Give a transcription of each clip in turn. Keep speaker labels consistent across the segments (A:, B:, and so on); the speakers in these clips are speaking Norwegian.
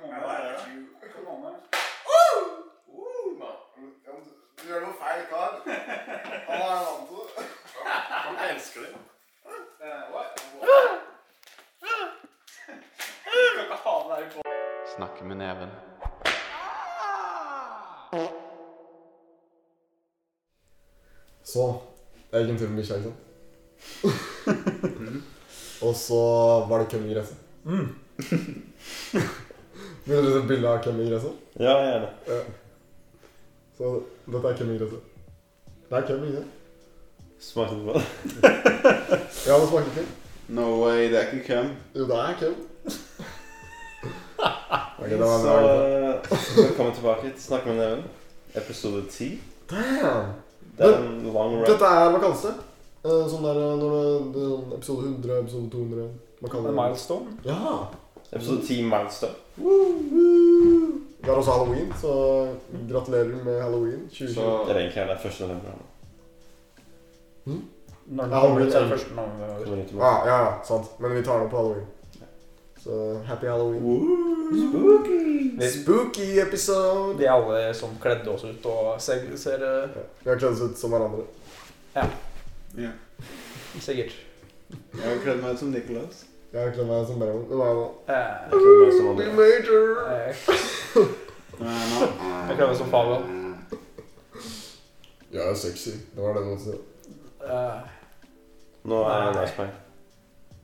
A: Come on, man. I laugh at you. Come on, man.
B: Woo, man.
C: Ja, men du, du gjør noe feil, kar. Han er en annen til det.
B: Han elsker det.
A: Uh, what? What? Du kan ikke ha det der i båten.
D: Snakke med neven.
E: Så jeg gikk en tur med bikkja, ikke sant. og så var det køm i gresset. Vil dere se bilde av køm i gresset?
B: Ja, jeg gjør det.
E: Ja. Så dette er køm i gresset. Det er køm i gresset.
B: Smakte det bra?
E: Ja, det smaker køm.
B: No way, det er ikke køm.
E: Jo, det er køm. ok, det var
B: Så
E: bra. gutta.
B: eh, velkommen tilbake til Snakk med neven, episode 10.
E: Damn!
B: Det er en lang rap.
E: Dette er vakanse. Eh, Sånn der eh, når det, det er sånn episode 100, episode 200 Man kaller det
A: milestone.
E: Ja!
B: Episode 10 milestone.
E: Vi har også halloween, så gratulerer med halloween. 2020.
C: Så
B: Det er egentlig her det er 1. november. han
A: Når
E: Ja, men-
A: ut, så er det første navnet vi har.
B: kommer hit til meg.
E: Ah, ja, ja, sant. Men vi tar det på halloween. Så happy halloween.
B: Woo, spooky!
A: Vi-
E: Spooky episode!
A: Vi er alle sånn kledde oss ut og ser, ser eh,
E: Ja, Vi har kledd oss ut som hverandre.
A: sikkert.
F: Jeg har kledd meg ut som Nicholas.
E: Jeg har kledd meg som Beramon. Det var jo
A: Eh, eh,
E: Major!
B: Jeg kommer med som andre.
F: Nei, nå.
A: jeg klarer meg som Fabian.
E: Jeg er sexy. Det var det noen som sa.
A: Eh,
B: Nå er jeg nice man.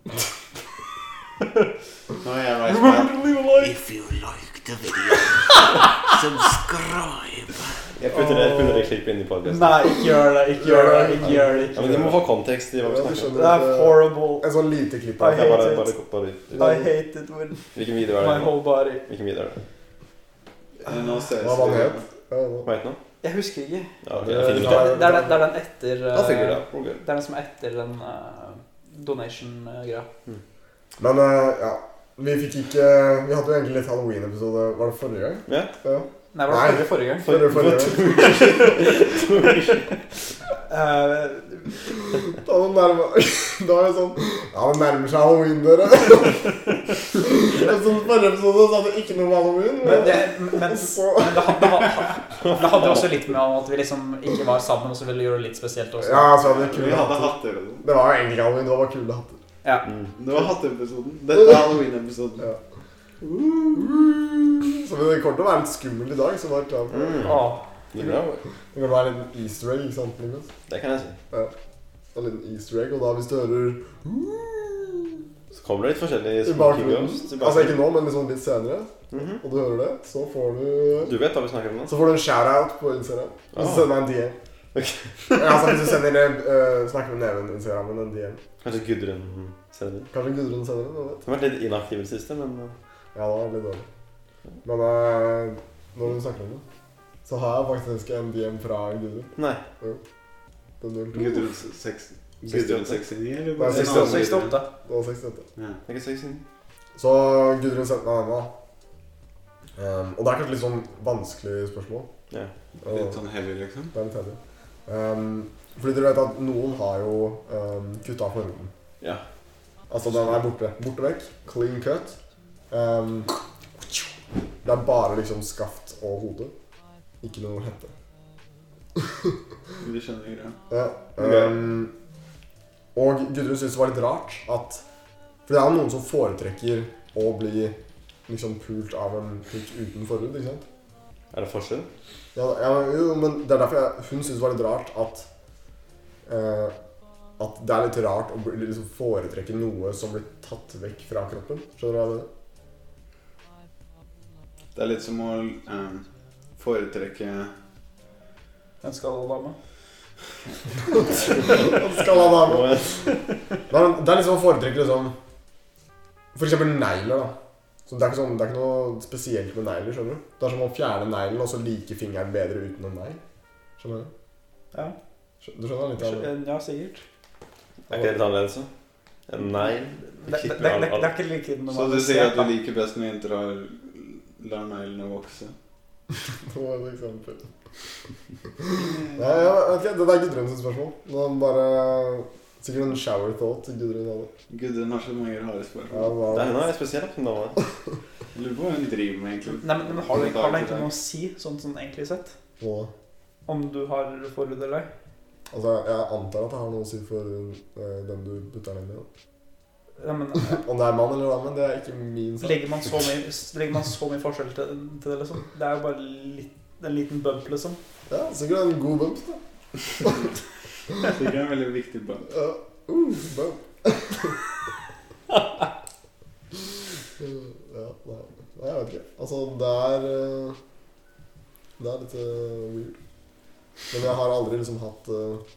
F: Nå er jeg veis meg.
G: If you like the video, subscribe.
B: Jeg putter det hundreklippet inn i podcasten.
A: Nei, ikke gjør det. Ikke gjør det. Ikke gjør det.
B: Ja,
A: Ikke
B: men De
A: gjør
B: må
A: det.
B: få kontekst i hva
E: Ja,
B: vi
E: du
B: snakker om.
E: skjønner
A: Det er
E: at, eh,
A: horrible.
E: En sånn lite klipp.
B: Det
E: her.
A: Nei.
B: er bare,
A: hate it.
B: bare, bare,
A: I hate it with
B: Hvilken video er
A: my
B: det?
A: whole body.
B: Hvilken video er det?
F: Eh, Nå ses
E: Hva var
F: vi.
E: det het? Ja, nå.
B: Hva heter den?
A: Jeg husker ikke.
B: Ja, ok, jeg finner
A: Det
B: ut det.
A: er, det er, den, det er den etter eh,
B: Da finner vi det. Hvor gøy.
A: Det er den som er etter den eh, donation-greia.
E: Men eh, ja. Vi fikk ikke Vi hadde jo egentlig litt halloween-episode. Var det forrige gang?
B: Ja.
E: ja.
A: Nei, var det
E: Nei.
A: forrige, forrige gang?
E: Forrige, forrige gang.
A: Eh,
E: Da var det nærmer, da var det sånn Ja, det nærmer seg halloween, dere. Men sånn forrige episode så hadde vi ikke noe med halloween.
A: men det, men, men
E: og så
A: det, hadde, det hadde- det hadde også litt med at vi liksom ikke var sammen, og så ville vi gjøre det litt spesielt også.
E: Ja, så hadde vi
F: Vi
E: kule
F: hadde
E: hatter.
F: hatter og sånn.
E: Det var jo egentlig ikke halloween, det var bare kule hatter.
F: Det var hatteepisoden. Dette er halloween-episoden.
E: Ja. Så det kommer til å være litt skummel i dag, så vær klar. for Det
B: Mm.
A: Åh,
B: Det er bra, bro.
E: Det kommer til å være en liten easter egg, ikke sant, Niklas?
B: Det kan jeg si.
E: En liten easter egg, og da hvis du hører
B: Så kommer det litt forskjellige
E: i
B: spooky
E: bakgrunnen
B: ghosts. i
E: Altså ikke
B: bakgrunnen.
E: nå, men liksom litt senere,
B: Mhm.
E: og du hører det, så får du
B: Du vet hva vi snakker om nå?
E: så får du en shout-out på Instagram. Og så
B: Ah.
E: sender jeg en DM.
B: Ok.
E: ja, altså Hvis du sender uh, snakker med neven Instagrammen en DM
B: Kanskje Gudrun ser det.
E: Kanskje Gudrun sender den? hvem vet?
B: Hun har vært litt inaktiv i det siste, men eh,
E: Ja, det var litt dårlig. Men eh, når du snakker om det, så har jeg faktisk en DM fra Gudrun.
B: Nei.
E: Den null.
F: Gudrun seks- Gudrun 69, eller
E: Nei,
F: bare en
E: 68.
F: annen Gudrun?
A: 68.
E: Det var 68.
F: Ja.
B: Det er ikke sexy.
E: Så Gudrun sendte meg denne. Um, og det er kanskje litt sånn vanskelig spørsmål.
B: Ja.
E: Og-
F: Litt sånn heavy, liksom.
E: Det er litt heavy. Um, fordi dere vet at noen har jo um, kutta formuen.
B: Ja.
E: Altså, den er borte. Borte vekk. Clean cut. Um, det er bare liksom skaft og hode. Ikke noe hette.
F: Vi skjønner greia.
E: Ja.
B: Ok.
E: Um, og Gudrun syntes det var litt rart at For det er jo noen som foretrekker å bli liksom pult av en pikk uten forhud, ikke sant?
B: Er det forskjell?
E: Ja, ja, men- jo, men det er derfor jeg, hun syntes det var litt rart at eh, At det er litt rart å bli- liksom foretrekke noe som blir tatt vekk fra kroppen. Skjønner du hva jeg mener?
F: Det er litt som å eh, foretrekke
A: Den skal dame.
E: Skal han ha
B: Nå
E: med?
B: er-
E: Nei, men det er liksom å foretrekke liksom For eksempel negler, da. Så det, er ikke sånn, det er ikke noe spesielt med negler. skjønner du? Det er som å fjerne neglen og så like fingeren bedre uten en negl. Skjønner du?
A: Ja.
E: Skjø- Du skjønner litt av det?
A: Ja, sikkert.
B: Er ikke det litt annerledes, da? En negl?
A: Det, det, det, det, det er ikke like normalt.
F: Så du sier at du liker best når jenter har lar neglene vokse?
E: Det var et eksempel. Nei, jeg vet ikke, det er Gudrun sitt spørsmål. Nå bare Sikkert en shower thought til Gudrun Dale.
F: Gudrun har så mange
E: Ja,
F: rare spørsmål.
E: hva-
B: Det er hun er spesiell, hun dama.
F: Jeg Lurer på hva hun driver med, egentlig.
A: Nei, men, men har, det, har det egentlig noe å si, sånn sånn egentlig sett?
E: hva-
A: Om du har forhud eller ei?
E: Altså, jeg antar at det har noe å si for eh, den du putter den inn i. da.
A: Ja, men eh,
E: Om det er mann eller dame, det er ikke min sak.
A: legger man så mye, legger man så mye forskjell til, til det, liksom? Det er jo bare litt, en liten bump, liksom.
E: Ja, sikkert en god bump, da.
F: Sikkert en veldig viktig bønn.
E: Ja. Uh, bump. ja, nei. nei, jeg vet ikke. Altså, det er eh, Det er litt eh, weird. Men jeg har aldri liksom hatt eh,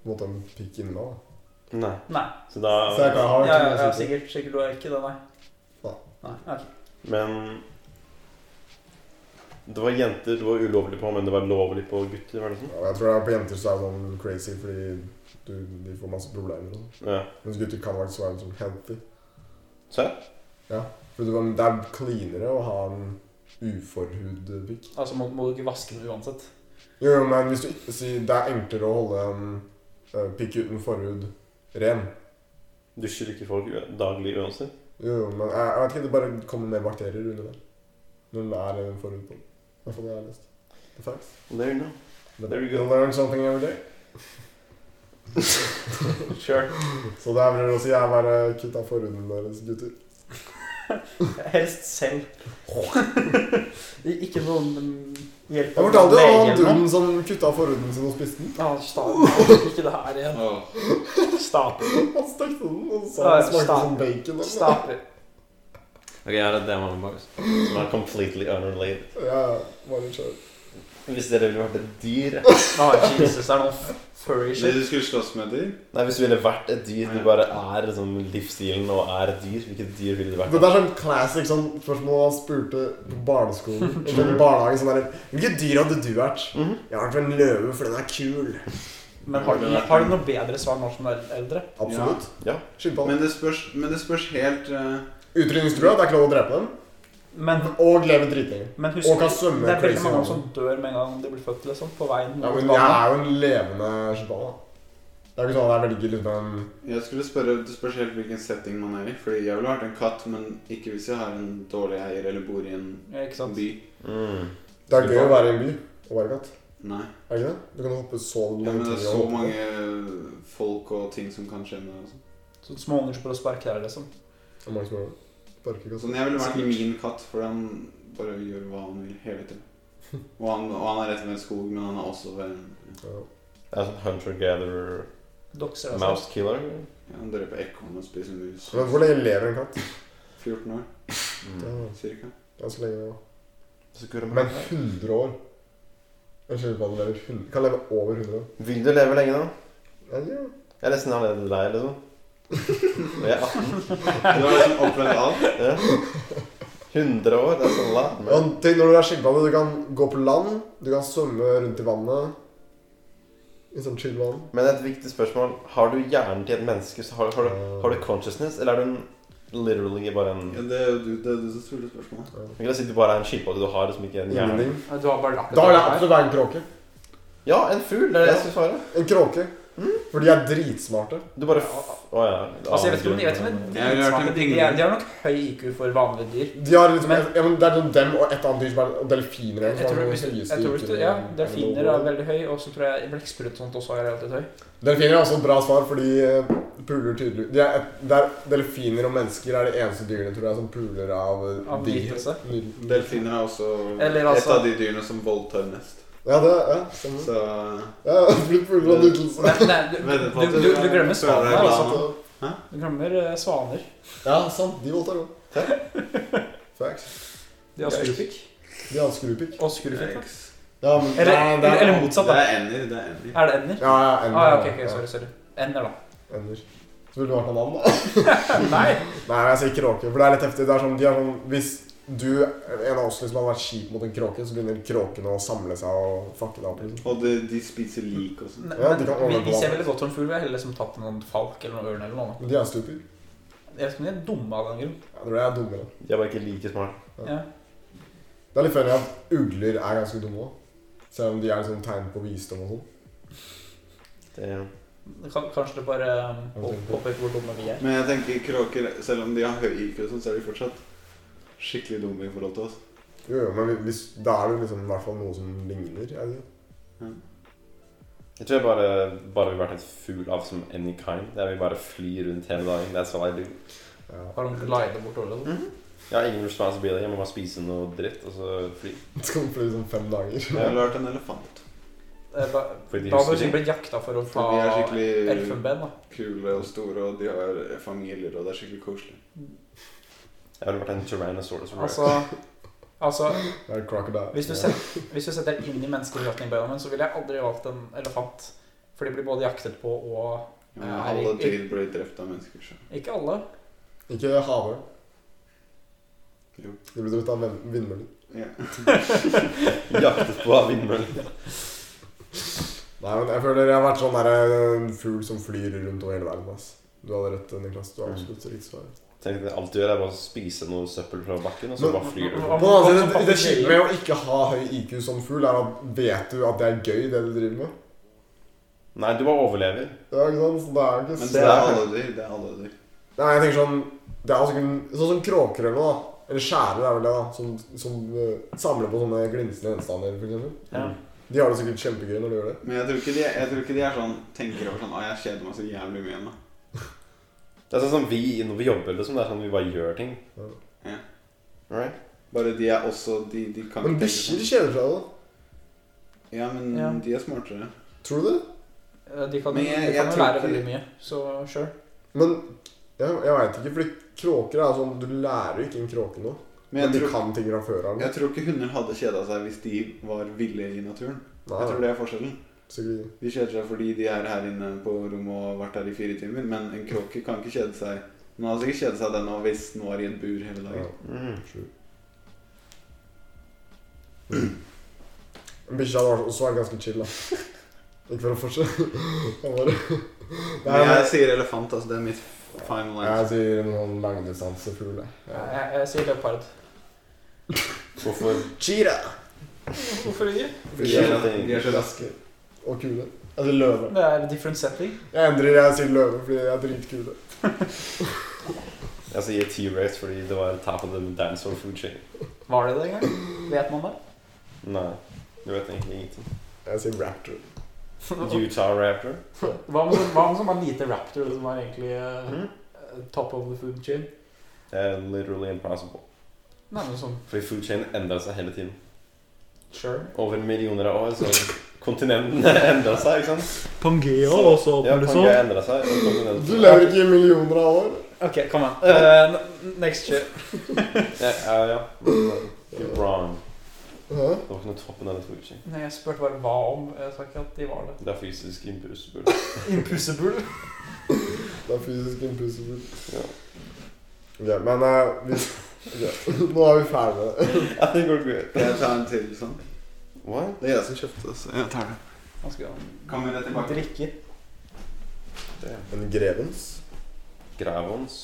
E: på en måte en pikk inni meg. da.
B: Nei.
A: Nei.
B: Så da
E: Så jeg kan ha
A: Ja,
E: ikke
A: ja,
E: noe å
A: ja
E: si til.
A: sikkert. Sikkert du er ikke det, nei.
E: Nei.
A: Nei, ok.
B: Men det var jenter det var ulovlig på, men det var lovlig på gutter? var det sånn?
E: Ja, jeg tror det er på jenter så er det sånn crazy fordi du, de får masse problemer. og sånn.
B: Ja.
E: Mens gutter kan faktisk være sånn healthy.
B: Serr?
E: For du kan, det er cleanere å ha en uforhud pikk.
A: Altså må, må du ikke vaske den uansett.
E: Jo, jo, men hvis du sier det er enklere å holde en eh, pikk uten forhud ren.
B: Dusjer ikke folk u- daglig uansett?
E: Jo, jo, men jeg, jeg vet ikke, det bare kommer mer bakterier under der. Når det er en forhud på den. Det er sånn jeg har lest. Det er facts.
B: There you know.
E: But
B: There you go.
E: You learn something every day.
A: Sure.
E: Så det er vel å si jeg bare kutta forhuden deres, gutter.
A: Helst selv. ikke noen mm, hjelp
E: Jeg fortalte jo om han duden som kutta forhuden sin og spiste den.
A: Stapen. Ah, Ikke det her igjen.
F: Åh,
A: Stapen.
E: Han stekte den og
A: Ja,
E: sa den smakte
A: sta-
E: som bacon. eller?
A: Stapen.
B: Ok, jeg har et dilemma med boys. Som er completely unrelated.
E: altså. Ja, var litt skjørt.
B: Hvis dere ville vært et dyr eh?
A: Å, Jesus, det er noe f- furry
F: Det
A: shit.
F: du skulle slåss med dem?
B: Nei, hvis du ville vært et dyr, du bare er liksom livsstilen og er et dyr, hvilket dyr ville du vært?
E: Det der er sånn classic sånn spørsmål han spurte på barneskolen. Eller i barnehagen sånn der Hvilket dyr hadde du vært?
B: Mhm.
E: Jeg har vært en løve, for den er kul.
A: Men har du, har du noe bedre svar når som er eldre?
E: Absolutt.
B: Ja.
E: Skimpanse.
F: Men det spørs, men det spørs helt eh,
E: Utrydningstrua. Det er ikke lov å drepe dem.
A: Men,
E: Og leve dritlenge.
A: men husk,
E: Og kan svømme
A: det er veldig
E: crazy
A: mange
E: mange.
A: som dør med en gang de blir født, liksom. På veien.
E: Ja,
A: mot
E: men jeg
A: vannet.
E: er jo en levende skimpanse. Det er ikke sånn at jeg velger liksom en
F: Jeg skulle spørre, Det spørs helt hvilken setting man er i. Fordi jeg ville vært en katt, men ikke hvis jeg har en dårlig eier eller bor i en
A: Ja, Ikke sant?
F: by.
B: Mm.
E: Det er gøy å være i en by og være katt.
F: Nei.
E: Er det ikke det? Du kan hoppe så
F: Ja, men
E: langt.
F: det er så mange folk og ting som kan skje med deg. altså.
A: Så små unger som prøver å sparke deg, liksom.
E: Det er mange som gjør det. Sparker katt.
F: Sånn, jeg ville vært min katt, for han bare gjør hva han vil hele tiden. Og han, og han er rett ved en skog, men han er også ved en
E: Ja.
B: Det er sånn hunter-gatherer
A: Dokser deg selv.
B: mouse killer.
F: ja, Han dreper ekorn og spiser mus.
E: Men Hvor lenge lever en katt?
F: 14 år,
E: Ja,
B: Mm.
F: cirka.
E: Ganske lenge. nå.
B: Så kul
E: Men 100 år En skilpadde lever 100, kan leve over 100 år.
B: Vil du leve lenge, da?
E: Ja, ja.
B: Jeg er nesten allerede lei, liksom. Jeg er 18.
F: Du har liksom opplevd alt.
B: Ja. 100 år, det er så langt.
E: Ja,
B: Men.
E: tenk når du er skilpadde. Du kan gå på land, du kan svømme rundt i vannet. I sånn chill vann.
B: men et viktig spørsmål. Har du hjernen til et menneske? Så har, har, du, har du consciousness, eller er du en, literally bare en
F: Ja, det er jo du, det er du som spurte spørsmålet.
B: Jeg vil si du bare er en skilpadde. Du har liksom ikke en hjerne.
E: Ingenting.
A: Ja, Du har bare lagt
E: Da er det
A: der.
E: absolutt være en kråke.
B: Ja, en fugl. Det er det jeg skulle svare.
E: En kråke.
A: Mm.
E: For de er dritsmarte.
B: Du bare f... Å ja.
A: Altså, jeg vet ikke om jeg vet ikke om det
F: Jeg har
A: er
F: hørt om
A: dritsmarte ting. De,
F: dingler.
A: er- de har nok høy IQ for vanlige dyr.
E: De har liksom,
A: Men-
E: ja, men Det er sånn dem og et annet dyr som er og delfiner.
A: Jeg
E: igjen, som
A: tror,
E: er noen
A: hvis,
E: av de
A: jeg
E: høyeste
A: tror hvis du,
E: yrkene-
A: ja, Delfiner er veldig høy, og så tror jeg blekksprut og sånt også er relativt høy.
E: Delfiner er også et bra svar, fordi eh, puler tydelig de er, et- det er, Delfiner og mennesker er det eneste dyrene tror jeg, som puler av, eh,
A: Av
E: de-
A: nytelse.
E: ny-
F: Delfiner er også
A: Eller altså- Mm.
F: et av de dyrene som voldtar mest.
E: Ja, det ja, stemmer.
F: Så
E: Ja, blitt puler av nytelse.
A: Men, nei, du,
F: Vet du
A: du,
F: på at
A: du,
F: du-
A: du glemmer
F: Føler
A: svaner.
F: deg glad
A: Altså.
F: nå?
A: Du glemmer eh, svaner.
E: Ja, sant. De voldtar òg. Facts.
A: De har skrupikk.
E: De har skrupikk.
A: Og skrupikk, da.
F: Yikes.
E: Ja, men
A: Eller,
E: Nei, det
A: eller,
E: er-
A: eller motsatt,
F: Det
A: da.
F: er ender. det er ender.
A: Er det ender?
E: Ja, ja, ender.
A: Ah, ja, ok, ok,
E: ja,
A: sorry, sorry. Ender, da.
E: Ender. Så ville du vært en annen, da.
A: Nei!
E: Nei, jeg sier kråke, for det er litt heftig. Det er sånn, de er sånn Hvis du, en av oss, liksom hadde vært kjip mot en kråke, så begynner kråkene å samle seg og fucke deg opp. liksom.
F: Og de, de spiser lik og sånn.
A: Men,
E: Ja, de kan
A: vi,
E: ordne
A: vi
E: på
A: ser
E: vann.
A: veldig godt som fugl. Vi har heller liksom tatt en sånn falk eller noen ørn eller noe.
E: Men de er stupid.
A: Jeg vet ikke om de er dumme av den grunn.
E: Jeg tror jeg er dummere.
B: De er bare ikke like smart.
A: Ja.
E: Det er litt funny at ugler er ganske dumme òg. Selv om de er liksom tegn på visdom og sånn.
B: Det,
A: kan- Kanskje det bare um, opp- påpeker hvor dumme vi er.
F: Men jeg tenker kråker, selv om de har høy IQ, og sånn, så er de fortsatt skikkelig dumme i forhold til oss.
E: Jo, jo, men hvis, da er det jo liksom i hvert fall noe som ligner. Er det?
B: Jeg tror jeg bare, bare ville vært en fugl av som any kind. Jeg vil bare fly rundt hele dagen. That's all I do.
E: Ja.
A: Har de glidet bortover? eller?
B: Jeg har ingen responsibility. Jeg må bare spise noe dritt, og så fly.
E: Skal man fly sånn fem dager?
F: Jeg ville vært en elefant.
A: Eh, Da
B: Fordi de
A: da hadde
B: husker
A: du sikkert blitt jakta for å
F: For de er
A: ta
F: skikkelig
A: elfenben. da.
F: kule og store, og de har familier, og det er skikkelig koselig.
B: Jeg ville vært en tyrannosaurus rex.
A: Altså, altså
E: Det er crocodile.
A: hvis, du setter, hvis du setter deg inn i menneskeutnyttingbiomen, så ville jeg aldri valgt en elefant. For de blir både jaktet på og
F: Ja,
A: Ja,
F: alle
A: jeg-
F: dyr blir drept av mennesker. Så.
A: Ikke alle.
E: Ikke havørn.
F: Jo.
E: De blir drept av vin- vindmøller.
F: Ja.
B: Jaktet på av vindmøller.
E: Nei, men jeg føler jeg har vært sånn der en fugl som flyr rundt over hele verden. ass. Du hadde rett, Niklas.
A: Mm.
E: Du har absolutt riktig svar.
B: Tenk at alt du gjør, er bare å spise noe søppel fra bakken, og så
E: Men-
B: bare flyr du.
A: men-
E: På den andre siden, det, det kjipe med å ikke ha høy IQ som fugl, er at vet du at det er gøy, det du driver med?
B: Nei, du bare overlever.
E: Ja, ikke sant? Så det er jo ikke
F: Men
E: så-
F: det er alle dyr. Det er alle dyr.
E: Nei, jeg tenker sånn Det er altså ikke- Sånn som kråker eller noe, da. Eller skjærer, det er vel det, da. Som, som eh, samler på sånne glinsende gjenstander, f.eks.
A: Ja.
E: De har det sikkert kjempegøy når de gjør det.
F: Men jeg tror ikke de, jeg tror ikke de er sånn, tenker over sånn Å, jeg kjeder meg så jævlig mye nå.
B: Det er sånn som vi når vi jobber, liksom. Det er sånn vi bare gjør ting.
F: Ja.
B: Right?
F: Bare de er også De, de kan
E: Men
F: ikke
E: bikkjer
F: tenke
E: kjeder seg jo.
F: sånn. Ja, men
A: Ja.
F: de er smartere.
E: Tror du det?
A: Eh, De kan,
F: Men
A: de
F: jeg- jeg
A: kan jo
F: tror
A: lære
F: ikke-
A: veldig mye, så sure.
E: Men jeg, jeg veit ikke, fordi kråker er sånn Du lærer jo ikke en kråke noe.
F: Men
E: Men
F: jeg
E: de
F: tror,
E: kan ting fra før av.
F: jeg tror ikke hunder hadde kjeda seg hvis de var ville i naturen.
E: Nei,
F: Jeg tror det er forskjellen.
E: sikkert
F: De kjeder seg fordi de er her inne på rommet og har vært her i fire timer. Men en kråke kan ikke kjede seg. Den hadde sikkert kjedet seg den også hvis den var i et bur hele
E: ikke.
F: dagen.
B: Mm.
E: Sju. Men Bikkja hadde også vært ganske chill, da. Ikke for å fortsette. Han bare Nei,
F: Men jeg
E: men,
F: sier elefant, altså. Det er mitt final
E: jeg
F: answer.
E: sier noen langdistansefugl, jeg.
A: Jeg, jeg, jeg sier leopard.
B: Hvorfor?
E: Cheetah!
A: Hvorfor ikke?
E: Fordi
F: De
E: de
F: er-
E: er-
F: de er så
E: raske og kule. Jeg sier løve.
A: Det er different setting.
E: Jeg endrer jeg sier løve fordi de er dritkule.
B: Jeg sier T-rex fordi det var tap of the dinosaur food chain.
A: Var det det engang? Vet man det?
B: Nei, du vet egentlig ingenting.
E: Jeg sier raptor.
B: Utah Raptor.
A: Hva om som- hva om som var lite raptor, som var egentlig eh,
F: Mm.
A: eh, top of the food chain?
B: Det er literally impossible.
A: Nei, men sånn,
B: Fordi food chain endrer seg hele tiden.
A: sure.
B: Over millioner av år, så kontinentene endrer seg, ikke sant?
A: Pangea
B: også, Ja, Pangea
E: sånn.
B: endrer seg. og
E: Du
B: kontinentene-
E: lever ikke i millioner av år.
A: Ok, kom an. Eh, n- next year.
B: Ja, ja, ja. You're wrong.
E: Hæ?
B: Det var ikke noe toppen av det food chain.
A: Nei, jeg spurte bare hva om. Jeg sa ikke at de var det.
B: Det er fysisk impossible.
A: Impossible.
E: Det er fysisk impossible.
B: Ja.
E: Ok, men eh, vi, ok, nå er vi ferdig med det.
B: I think we're good.
F: Skal jeg ta en til sånn?
B: What?
F: Det er jeg som kjøpte det, så jeg tar det.
A: Han skal
F: Kan vi det
A: han
F: tilbake?
A: drikker.
B: Damn.
E: En grevens?
B: Gravons.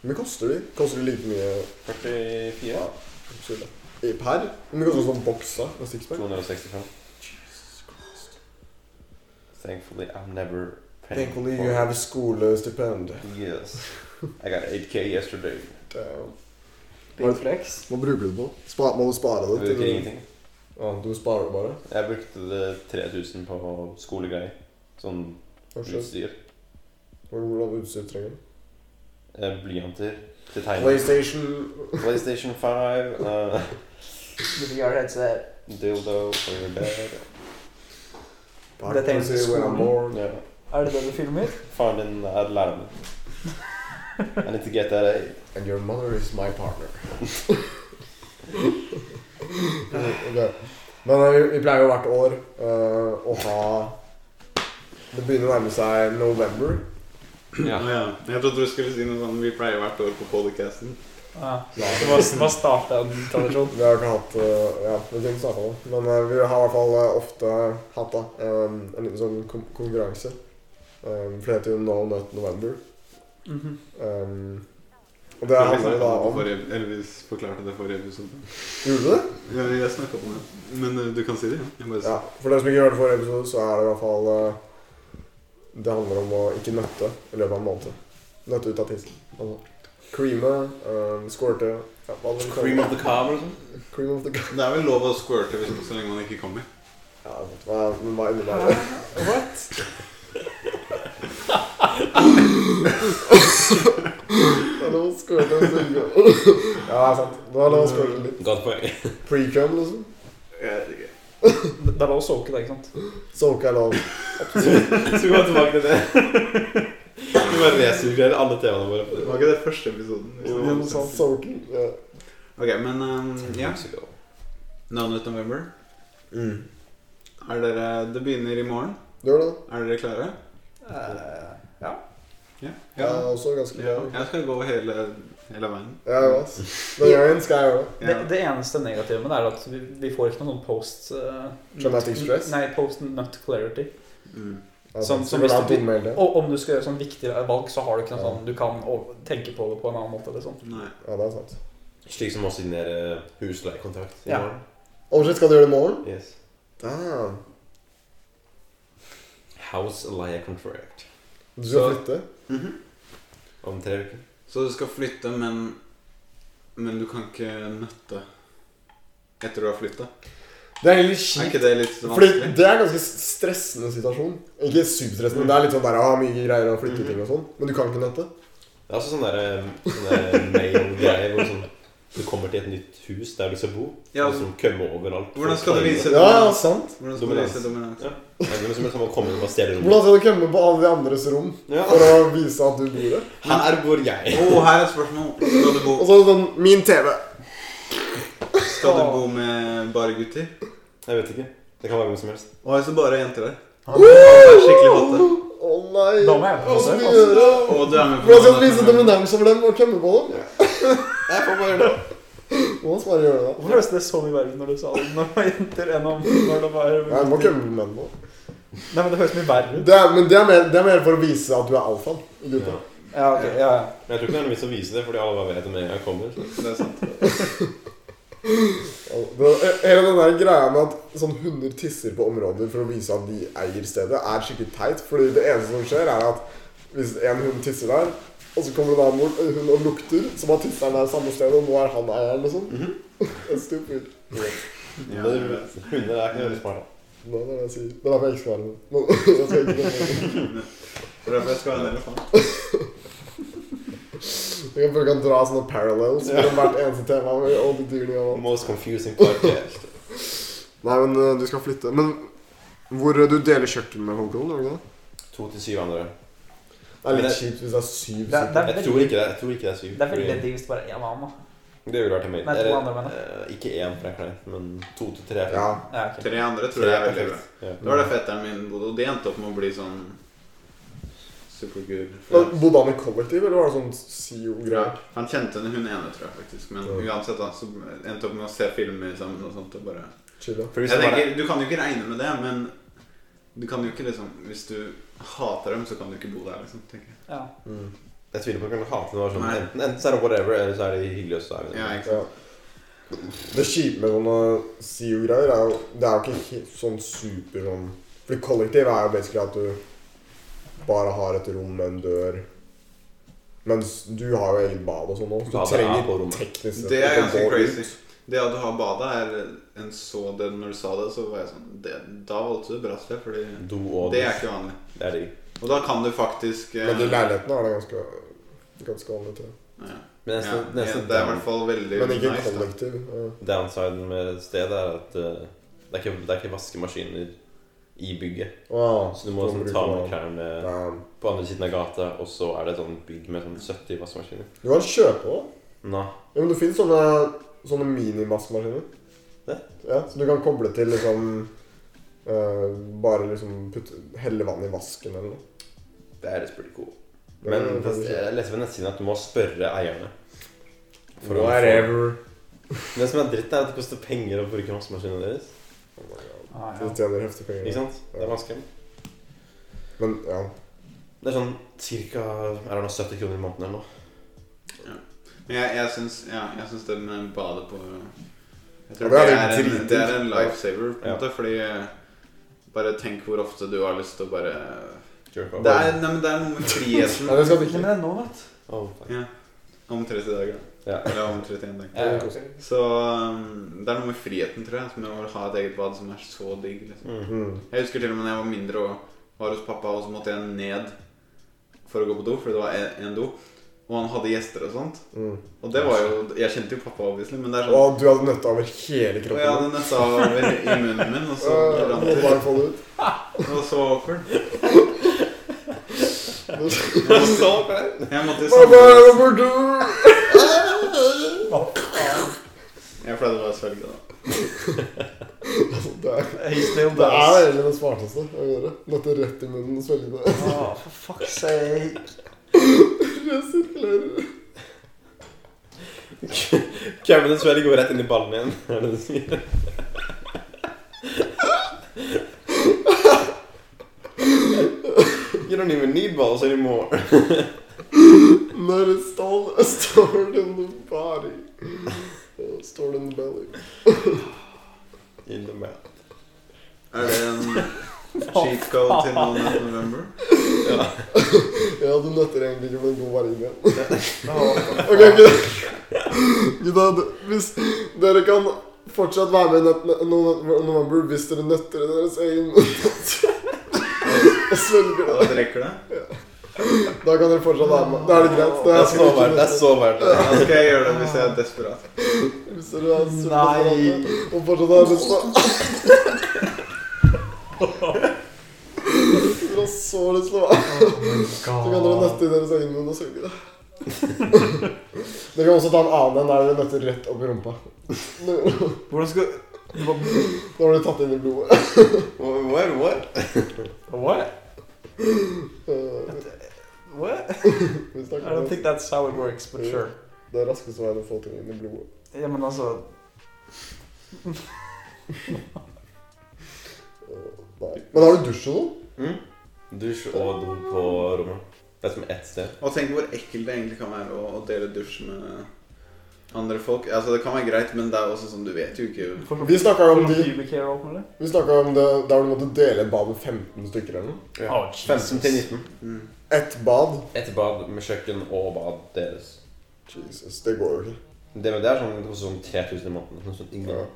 E: Hvor mye koster de? Koster de like mye
B: 44.
E: Unnskyld, da. I per? Hvor mye koster sånn boks da, med sixpack?
B: 265. Thankfully, I've never paid
E: Thankfully
B: for
E: you
B: it.
E: have skolestipend.
B: Yes. I got 8K yesterday.
E: Damn.
A: Big flex.
E: Hva bruker du det på? Spa, må du spare
B: Jeg
E: det?
B: bruker ingenting.
E: Ja, du sparer det bare?
B: Jeg brukte det 3000 på skolegreier. Sånn
E: Kanskje.
B: utstyr.
E: Hvordan utstyr trenger du?
B: Eh, Blyanter til tegning.
E: PlayStation
B: PlayStation 5. eh,
A: Du fikk gjøre det headset.
B: dildo for your bed.
A: Det trenger du til
E: When
A: skolen.
E: I'm bored.
B: Yeah.
A: Er det det du filmer?
B: Faren din er læreren min. I need to get that aid.
E: And your mother is my partner. Ok. Men eh, vi, vi pleier jo hvert år eh, å ha Det begynner å nærme seg november.
F: Ja. Jeg trodde du skulle si noe sånn Vi pleier hvert år på podcasten.
A: Ja. Det var, det var startet av en tradisjon.
E: Vi har ikke hatt eh, Ja, vi tenkte snakke om det. Men eh, vi har i hvert fall eh, ofte hatt da, eh, en liten sånn kon- konkurranse. Eh, for det heter jo No Nut November.
A: Mhm.
E: Eh, og det handler jo da om
F: Elvis forklarte det forrige episode.
E: Gjorde du det?
F: Ja, jeg snakket om det. Men eh, du kan si det. ja. Jeg bare
E: Ja, For dere som ikke hørte forrige episode, så er det i hvert fall eh, Det handler om å ikke nøtte i løpet av en måned. Nøtte ut av tissen. Altså, creame, um, squirte ja, hva det
B: Cream of the cob eller sånn?
E: Cream of the cow.
F: Det er vel lov å squirte hvis, så lenge man ikke kommer.
E: Ja, jeg vet hva, men hva innebærer det?
A: What?
E: Det er lov å squirte og suge. Ja, det er sant. Det er lov å squirte litt.
B: Godt poeng.
E: Pre-cum, liksom.
F: Jeg vet ikke.
A: Det er lov å soke det, ikke sant?
E: Soke er lov.
B: Skal vi gå tilbake til det? Vi bare resirkulerer alle temaene våre.
F: Var ikke det første episoden? vi snakket om?
E: Soken. Ja. sånn.
F: Ok, men um, ja. Navnet November.
E: Mm.
F: Er dere, det begynner i morgen.
E: Gjør det.
F: Er dere klare?
A: Eh, ja.
F: Ja.
E: Jeg er også ganske
F: Ja,
E: klar.
F: Jeg skal gå hele, hele veien.
E: Ja, jeg ass. Den gangen skal jeg gjøre det.
A: Det, det eneste negative med det er at vi, vi får ikke noen sånn post eh,
E: Traumatic stress?
A: Nei, post nut clarity.
F: Mm.
E: Ja,
A: Som-
E: det
A: som
E: vil
A: hvis
E: være
A: du-
E: dumme hele.
A: Og om du skal gjøre sånn viktigere valg, så har du ikke noe
E: Ja.
A: sånn Du kan over- tenke på det på en annen måte. Eller sånn.
F: Nei.
E: Ja, det er sant.
B: Slik som å signere husleiekontrakt i
A: Ja.
B: morgen.
E: Oversett, skal du gjøre det i morgen?
B: Yes.
E: Damn.
B: House leie contract.
E: Du
F: Så-
E: skal flytte?
F: Mhm.
B: Om tre uker.
F: Så du skal flytte, men Men du kan ikke nøtte etter du har flytta?
E: Det er egentlig
F: Er
E: kjipt.
F: ikke det litt
E: Fordi
F: vanskelig?
E: det er en ganske stressende situasjon. Ikke superstressende, men det er litt sånn der, ah, mye greier å
B: Mm.
E: flytte ting og sånn. Men du kan ikke nøtte.
B: Det er også sånn der, sånn der mail-greie hvor sånn, du kommer til et nytt hus der du skal bo.
F: Ja,
B: og sånn kømme overalt.
F: Hvordan skal du vise
E: Ja, ja, sant.
F: Hvordan skal du vise dominans?
B: Ja. Det er liksom som å komme inn og stjele rommet.
E: Hvordan skal du komme på alle de andres rom
B: Ja.
E: for å vise at du bor der?
B: Her bor jeg.
F: Å, her er et spørsmål. Skal du bo,
E: Og så er det sånn Min TV.
F: skal du bo med bare gutter?
B: Jeg vet ikke. Det kan være hvem som helst.
F: Og jeg så bare jenter der.
E: Å
F: Det er skikkelig hotte.
E: nei.
A: Da må jeg på
E: Hva skal
A: besøk,
E: vi
A: altså.
E: gjøre?
F: Og du er med på
E: Hvordan skal du vise dominans over dem og klemme på dem?
B: Jeg får bare gjøre det.
E: Du må bare gjøre det. da.
A: Hvorfor høres det så mye verre ut når du sa det når det var jenter, enn om når det var
E: Ja, Jeg må klemme på menn nå.
A: Nei, men det høres mye verre ut.
E: Det er, men det er, mer, det er mer for å vise at du er alfaen. i Gutta.
B: Ja.
A: Ja, ok, ja, ja.
B: Men jeg tror ikke det er noen vits å vise det, fordi alle bare vet det med en gang jeg kommer. Så.
F: Det er sant.
E: Og det- Hele den der greia med at sånn hunder tisser på områder for å vise at de eier stedet, er skikkelig teit. Fordi det eneste som skjer, er at hvis en hund tisser der, og så kommer det en annen hund- en hund og lukter, så bare tisser han der samme sted, og nå er han eieren, liksom. Det er stupid.
F: Ja,
B: Men
F: jeg vet.
B: Hunder er ikke veldig smarte.
E: Nei, det er det jeg sier. Det er derfor jeg ikke skal være med. Men jeg skal ikke være med.
F: Det er derfor jeg skal ha en elefant.
E: Jeg kan- jeg kan dra sånne parallels mellom hvert eneste tema og de dyrene gjør.
B: Most confusing podcast.
E: Nei, men øh, du skal flytte. Men hvor øh, du deler kjøkken med folk, gjør du ikke det?
B: To til syv andre.
E: Det er
B: Men
E: litt
B: det-
E: kjipt hvis det er syv
A: Det, er- det, er
E: stykker.
B: Jeg tror
A: veldig,
B: ikke det, jeg tror ikke det er syv.
A: det er veldig
B: fordi-
A: digg hvis det bare er én annen. da.
B: Det ville vært en
A: Nei, to andre, mener
B: Ikke én, for det er kleint, men to til tre.
E: Ja.
A: Ja, ok.
F: Tre andre tror jeg er veldig bra.
B: Ja.
F: Det var det fetteren min bodde, og det endte opp med å bli sånn supergud.
E: Men Bodde han i kollektiv, eller var det sånn SIO-greier?
F: Han kjente henne, hun ene, tror jeg faktisk. Men
E: Ja.
F: uansett, da, så endte opp med å se filmer sammen og sånt. Og bare
E: Chill, ja.
B: For
F: Jeg
B: hvis det bare
F: tenker, Du kan jo ikke regne med det, men du kan jo ikke liksom Hvis du hater dem, så kan du ikke bo der, liksom. tenker jeg.
A: Ja.
E: Mm.
B: Jeg tviler på at jeg kan hate noe sånn
F: Nei.
B: enten, enten så er det whatever, eller så er det hyggelig og så er vi
F: Ja, ikke
E: ja. Det kjipe med sånne SIO-greier er jo Det er jo ikke helt sånn super sånn Fordi kollektiv er jo basically at du bare har et rom med en dør. Mens du har jo eget bad og sånn òg, så du
B: Badet er på
E: trenger
B: rommet.
E: teknisk sett
F: Det er
E: ikke å
F: ganske
E: gå
F: crazy.
E: ut.
F: Det at du har badet, er en så det Når du sa det, så var jeg sånn det, Da valgte du et bra sted, fordi
B: Do og
F: det er ikke vanlig.
B: Det er digg.
F: Og da kan du faktisk eh,
E: Men de leilighetene er det ganske Ganske vanlig til.
F: ja,
B: Men
F: ja,
B: nesten,
F: ja,
B: nesten
F: Det er i hvert fall veldig
E: Men ikke
F: nice. Da.
E: kollektiv. Ja.
B: downsiden med stedet er at eh, det, er ikke, det er ikke vaskemaskiner i bygget.
E: Wow.
B: Så du må sånn,
E: bruke
B: ta med
E: vann.
B: klærne
E: Damn.
B: på andre siden av gata, og så er det et sånt bygg med sånn 70 vaskemaskiner.
E: Du kan kjøpe òg.
B: Nei.
E: Ja, men det finnes sånne, sånne minimaskemaskiner.
B: Det?
E: Ja, så du kan koble til liksom eh, Bare liksom putte, helle vann i vasken eller noe.
B: Det er pretty cool.
E: Det
B: Men
E: er-
B: det- jeg leste på nettsiden at du må spørre eierne. For å få.
E: Whatever.
B: Det som er dritt, er at det koster penger å bruke vaskemaskinene deres.
E: Oh my god.
A: Ah,
E: Du
A: ja.
E: tjener heftige
B: Ikke
E: penger.
B: sant? Det er vanskelig.
E: Men ja.
B: Det er sånn cirka er det nå 70 kroner i måneden eller noe.
F: Men jeg, jeg, syns, ja, jeg syns det med badet på jeg tror
E: Ja, det er
F: det,
E: jo
F: er en,
E: dritdigg.
F: det er en lifesaver, på en
B: Ja.
F: måte, fordi eh, Bare tenk hvor ofte du har lyst til å bare
B: Jerk off.
F: Det er, nei, men det er noe med friheten.
E: Nei, det skal du ikke.
A: Men nå, vet du.
B: Oh, fuck.
F: Ja. Om 30 dager, da.
B: Ja.
F: Eller om 31 dager.
A: Ja,
F: Så um, det er noe med friheten, tror jeg. Som med å ha et eget bad som er så digg. liksom.
E: Mm.
F: Jeg husker til og med da jeg var mindre og var hos pappa, og så måtte jeg ned for å gå på do, fordi det var en- en do. Og han hadde gjester og sånt.
E: Mm.
F: Og det var jo Jeg kjente jo pappa, obviously, men det er sånn
E: Og du hadde nøtta over hele
F: Og
E: kroppen.
F: jeg hadde nøtta over i munnen min, og så
E: Øh,
F: rant
E: må
F: det
E: bare
F: ut.
E: få det ut.
F: Det var så awkward. Jeg
B: Så
F: måtte,
B: fett!
F: jeg måtte
E: Mamma,
F: samle
E: jeg må dø!
F: Jeg pleide bare å svelge, da.
E: Altså, Det er-
A: History of
E: det er
A: Dallas.
E: egentlig det smarteste å gjøre. Nøtte rett i munnen og svelge det.
A: Å, Ah, for fuck's sake.
E: Resirkulerer.
B: Kevin og Sverre går rett inn i ballen igjen. Er det det du sier? You don't even need balls anymore.
E: Når det står Står det in the body. Står det in the belly.
B: In the mouth.
F: Er det en cheat code til noen i november?
E: Ja, du nøtter egentlig ikke med en god varin igjen. Ok, ok. Gutta, d- hvis dere kan fortsatt være med i Nøtt- Nø- Nø- November hvis dere nøtter i deres egen og svelger det.
F: Og drikker det?
E: Da kan dere fortsatt være med. Da er det greit.
B: Det
E: Det
B: er
E: er
B: så verdt det. er så verdt det.
F: Da skal jeg gjøre det hvis jeg er desperat.
E: Hvis dere er sultne
A: Nei.
E: på dette, og fortsatt har lyst til Dere har så lyst til å være Så kan dere nøtte i deres egen munn og suge det. dere kan også ta en annen en der dere nøtter rett opp i rumpa. Da
A: Hvordan skal
E: har dere tatt inn i blodet.
B: What, what?
A: What?
E: Eh,
A: What?
E: vi
A: I
E: snakker
A: don't
E: om-
A: think that's how it works, but sure.
E: Det er raskeste veien å få ting inn i blodet.
A: Ja, men altså
E: Eh, Nei. Men har du sånn? dusjet nå?
B: Dusj og do på rommet. Det er som ett sted.
F: Og tenk hvor ekkelt det egentlig kan være å, å dele dusj med andre folk. Altså Det kan være greit, men det er også sånn, du vet jo ikke
E: Vi snakket jo om de-
A: de
E: Vi snakka om det der du måtte dele et bad med 15 stykker eller noe.
A: Oh,
B: 15 til 19.
F: mm.
E: Ett bad?
B: Ett bad med kjøkken og bad deres.
E: Jesus, det går jo ikke.
B: Det, det er sånn, det koster sånn 3000 i måneden. Noe sånt.
E: Ja.
B: Ingen-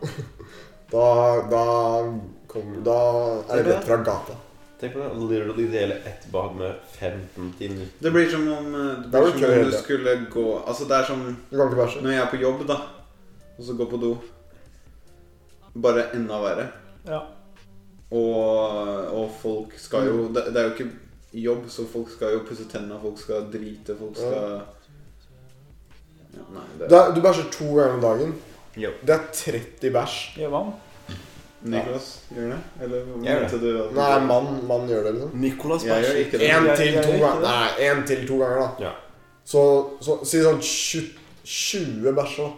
E: Da Da kommer Da er det rett fra gata.
B: Tenk på det. å Literally dele ett bad med 15 til 19.
F: Det blir som om, eh, det
E: Da er det
F: blir som om
E: kø,
F: du
E: ja.
F: skulle gå Altså Det er som
E: Du kan ikke bæsje.
F: når jeg er på jobb, da, og så går på do. Bare enda verre.
A: Ja.
F: Og, og folk skal jo det, det er jo ikke jobb, så folk skal jo pusse tennene, folk skal drite, folk skal ja, Nei, det
E: Det er, du bæsjer to ganger om dagen.
B: Jo.
E: Det er 30 bæsj.
A: Gjør man?
F: Niklas, gjør det? Eller hva
B: Jeg gjør
F: mente du? At
E: Nei, mann, mann gjør det, liksom.
B: Nicolas
F: Jeg gjør ikke det.
E: Én
A: Jeg-
E: til
A: jeg
E: to
A: gjør ikke
E: ganger.
A: det.
E: Nei, en til to ganger, da.
B: Ja.
E: Så, så si sånn 20, 20 bæsjer da.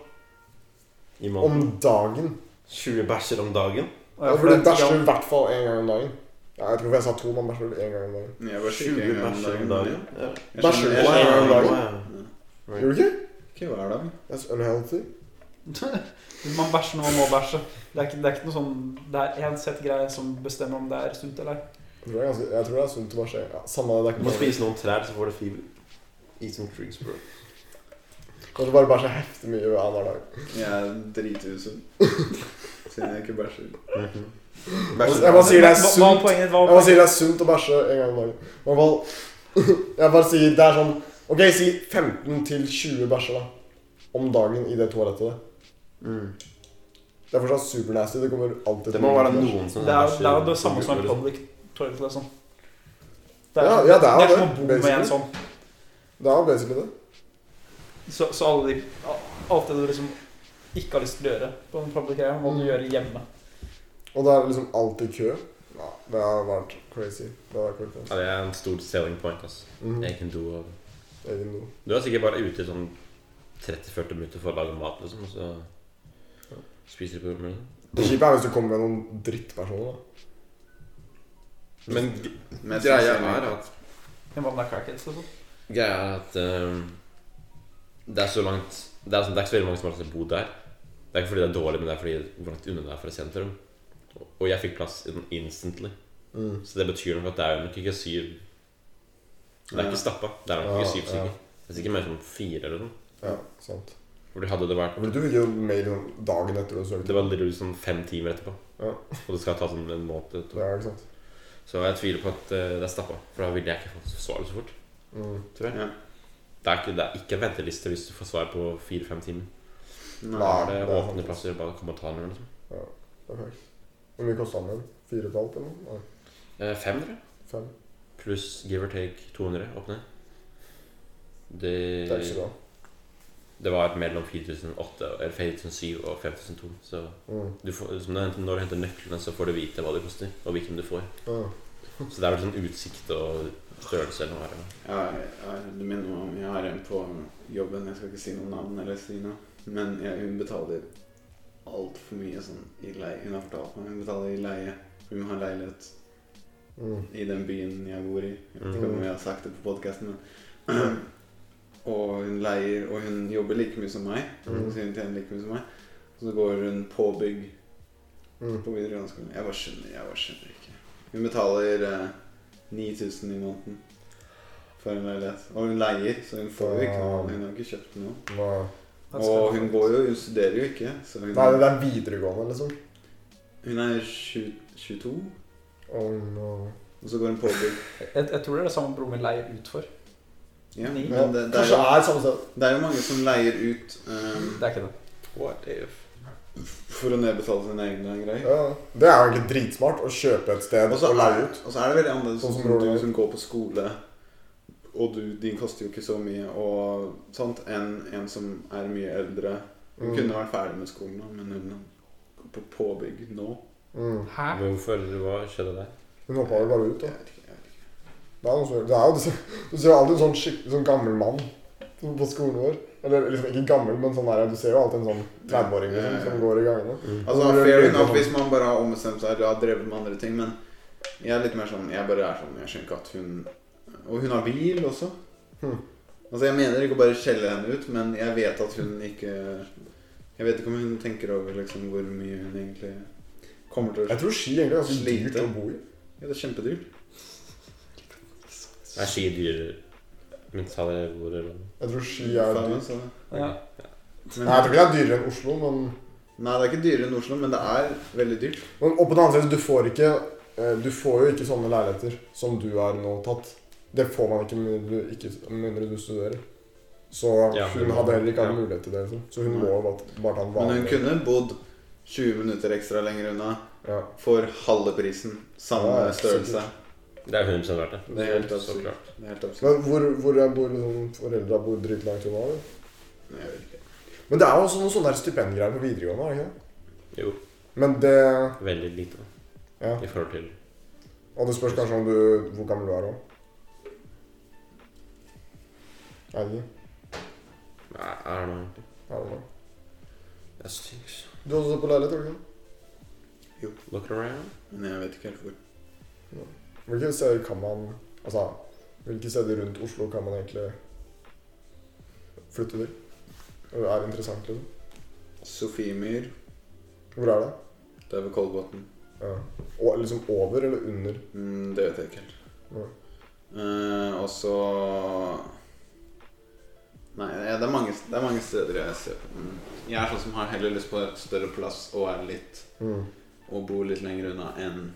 B: I måneden.
E: om dagen.
B: 20 bæsjer om dagen.
E: Ja, for du bæsjer i hvert fall én gang om dagen. Ja, jeg tror jeg sa to, man bæsjer én gang om dagen.
F: Nei, Jeg bæsjer
B: 20
F: ikke en gang om
B: bæsjer
F: dagen.
B: om dagen. Ja.
F: Jeg skjønner-
E: Bæsjer du
F: jeg
E: en gang om
F: skjønner-
E: dagen?
B: Wow.
E: Gjorde du ikke?
F: Ikke hver dag.
E: That's unhealthy.
A: Man bæsjer når man må bæsje. Det er ikke, det er ikke noe sånn Det er én sett greie som bestemmer om det er sunt eller ei.
E: Jeg tror det er, ganske, jeg tror det er sunt å bæsje. Ja, samme det, det er
B: Du
E: ikke
B: må
E: noe problem.
B: spise noen trær, så får du fiber. Eat some trees, bro.
E: Kanskje bare bæsje heftig mye annenhver dag.
F: Jeg er dritusunn. Siden jeg ikke bæsjer.
A: Mhm.
E: Jeg bare sier det er
A: Hva- Hva var
E: sunt.
A: poenget? Hva
E: Jeg
A: var
E: bare
A: poenget?
E: sier det er sunt å bæsje en gang om dagen. I hvert fall Jeg bare sier det er sånn Ok, si 15 til 20 bæsjer da om dagen i det toalettet. der.
B: Mm.
E: Det er fortsatt supernasty. Det kommer alltid
B: Det må være
E: bæsj.
B: noen som
A: Det er jo det, er jo
B: bæsjer
A: det samme som en
B: på gulvet,
A: public toilet, liksom.
E: Ja, ja, det er
A: det er
E: det,
A: som å bo med en
E: basically.
A: sånn.
E: Det er basically det.
A: Så, så alle de Alt det du liksom ikke har lyst til å gjøre på en public greie, må du gjøre hjemme.
E: Og det er liksom alltid kø. Ja, det har vært crazy. Det har vært
B: liksom.
E: crazy.
B: Ja, det er en stor selling point. ass.
E: Mm.
B: Jeg kan do av det.
E: Egen do.
B: Du er sikkert bare ute i sånn 30-40 minutter for å lage mat, liksom, og så spiser du på rommet.
E: Det kjipe er hvis du kommer med noen drittpersoner. da.
B: Men
F: Men jeg
B: greia
F: synes jeg-
B: er at
A: Hjemme om det er crackheads, liksom.
B: Greia er at ehm, det er så langt det er, sånn, det er ikke så veldig mange som har lyst til å bo der. Det er ikke fordi det er dårlig, men det er fordi hvor langt unna det er fra sentrum.
F: Mm.
B: Og jeg fikk plass in instantly. Så det betyr nok at det er jo nok ikke syv Det er ikke stappa. Det er nok
E: Ja,
B: ikke syv
E: ja.
B: stykker. Det er sikkert mer som fire eller noe.
E: Ja, sant.
B: Fordi hadde det vært
E: Men du fikk jo mail om dagen etter du søkte.
B: Det var literally sånn fem timer etterpå.
E: Ja.
B: Og det skal ta sånn en måned. etterpå.
E: Ja, ikke sant.
B: Så jeg tviler på at eh, det er stappa. For da ville jeg ikke fått svar så fort.
E: Mm.
B: Tror jeg.
F: Ja.
B: Det er ikke, det er ikke en venteliste hvis du får svar på fire-fem timer.
F: Nei.
E: Nei,
B: Det
E: det
B: er
E: er sant.
B: åpne plasser bare kommentarene eller noe sånt.
E: Perfekt. Hvor mye kosta den? igjen? Fire og et halvt eller noe? Nei,
B: Eh, Fem, tror jeg.
E: fem?
B: Pluss give or take 200 opp ned. Det,
E: Det er ikke så bra.
B: det var mellom 4008 eller 4007 og 5002. Så
E: Mm.
B: du får, som du henter, når du henter nøklene, så får du vite hva de koster, og hvilken du får.
E: Ja.
B: Så det er vel sånn utsikt og størrelse eller noe. her, eller?
F: Ja, jeg- jeg- det minner meg om jeg har en på jobben. Jeg skal ikke si noe navn eller si noe. Men jeg, hun betaler altfor mye sånn i leie. Hun har fortalt meg hun betaler i leie. For hun har leilighet
E: Mm.
F: i den byen jeg bor i. Jeg vet ikke
E: Mm.
F: om jeg har sagt det på podkasten, men Og hun leier, og hun jobber like mye som meg.
E: Mm.
F: Så hun tjener like mye som meg. Og så går hun på bygg
E: Mm.
F: på videregående skole. Jeg bare skjønner, jeg bare skjønner ikke. Hun betaler eh, 9000 i måneden for en leilighet. Og hun leier, så hun får jo ikke noe. Hun har ikke kjøpt noe.
E: Hva-
F: Og hun går jo, hun studerer jo ikke, så hun,
E: Nei, det er videregående, liksom.
F: hun er 20, 22.
E: Oh no.
F: Og så går hun på bygg.
A: Jeg, jeg tror det er det samme broren min leier ut for.
F: Ja,
A: Ni.
F: men
E: Ja,
F: det, det, er
E: Kanskje
F: jo,
E: er samme sted.
F: det er jo mange som leier ut eh,
A: Det er ikke det.
B: What if?
F: for å nedbetale sine egne greier.
E: Ja. Det er jo egentlig dritsmart å kjøpe et sted
F: Og så
E: og leie ut.
F: Og så er det veldig annerledes
E: Sånn som
F: som du
E: Roar.
F: som går på skole, og du, din koster jo ikke så mye og sånt, enn en som er mye eldre. Hun
E: Mm.
F: kunne vært ferdig med skolen, nå, men hun går på påbygg nå.
E: Mm.
A: Hæ?
B: Men Hvorfor, hva skjedde der?
E: Hun hoppa vel bare ut, da.
F: Jeg vet ikke, jeg vet ikke.
E: Det er noe som gjør det. Er jo, du ser- du ser jo alltid en sånn skikkelig sånn gammel mann på på skolen vår. Eller liksom ikke gammel, men sånn der, du ser jo alltid en sånn 30-åring liksom, som går i gangene.
F: Altså,
E: Hun gjør
F: fair
E: det
F: enough
E: sånn.
F: hvis man bare har ombestemt seg eller har drevet med andre ting, men jeg er litt mer sånn Jeg bare er sånn Jeg skjønner ikke at hun Og hun har bil også.
E: Hm.
F: Altså, jeg mener ikke å bare skjelle henne ut, men jeg vet at hun ikke Jeg vet ikke om hun tenker over liksom hvor mye hun egentlig kommer til å
E: Jeg tror Ski egentlig er ganske
F: Sliter.
E: dyrt å bo i.
F: Ja, det er kjempedyrt.
B: Er ski dyrere? Men sa dere hvor det var?
E: Jeg tror Ski er
F: Faen,
E: dyrt.
F: altså.
A: Ja.
E: Nei, jeg
F: Men,
E: tror ikke det er dyrere enn Oslo, men,
F: nei, det er ikke dyrere enn Oslo, men det er veldig dyrt.
E: men og på den andre siden, du får ikke eh, Du får jo ikke sånne leiligheter som du har nå tatt. Det får man ikke med mindre du, ikke, med mindre du studerer. Så
B: Ja,
E: hun
B: men-
E: hadde heller ikke hatt
B: ja.
E: mulighet til det. Liksom. Så hun
F: Nei.
E: må jo bare, bare ta en
F: Men hun
E: vanlig
F: kunne bodd 20 minutter ekstra lenger unna
E: ja.
F: for halve prisen. Samme
E: Ja,
F: størrelse.
B: Det er 100 verdt det.
F: Det er helt
B: Så
F: absurd.
B: klart.
F: Det er helt absurd.
E: Men hvor, hvor jeg bor liksom, Foreldra bor dritlangt unna. eller?
F: Nei, jeg vet ikke.
E: Men det er jo også noen sånne der stipendgreier på videregående. er det ikke?
B: Jo,
E: det? Men det
B: veldig lite. da.
E: Ja.
B: I forhold til
E: Og det spørs kanskje om du Hvor gammel du er òg. Er det ikke?
B: Nei, er det noe egentlig?
E: Er det noe?
B: Jeg syns
E: Du har også sett på leilighet, har du ikke?
B: Look around.
F: Men jeg vet ikke helt hvor.
E: Hvilke steder kan man Altså, hvilke steder rundt Oslo kan man egentlig flytte til? Og Det er interessant, liksom.
F: Sofiemyr.
E: Hvor er det?
F: Det er ved Kolbotn.
E: Ja. Og liksom over eller under?
F: Mm, det vet jeg ikke helt.
E: Ja.
F: Eh, og så Nei, det er, mange, det er mange steder jeg ser på. Mm. Jeg er sånn som har heller lyst på et større plass og er litt
E: Mm.
F: og bo litt lenger unna enn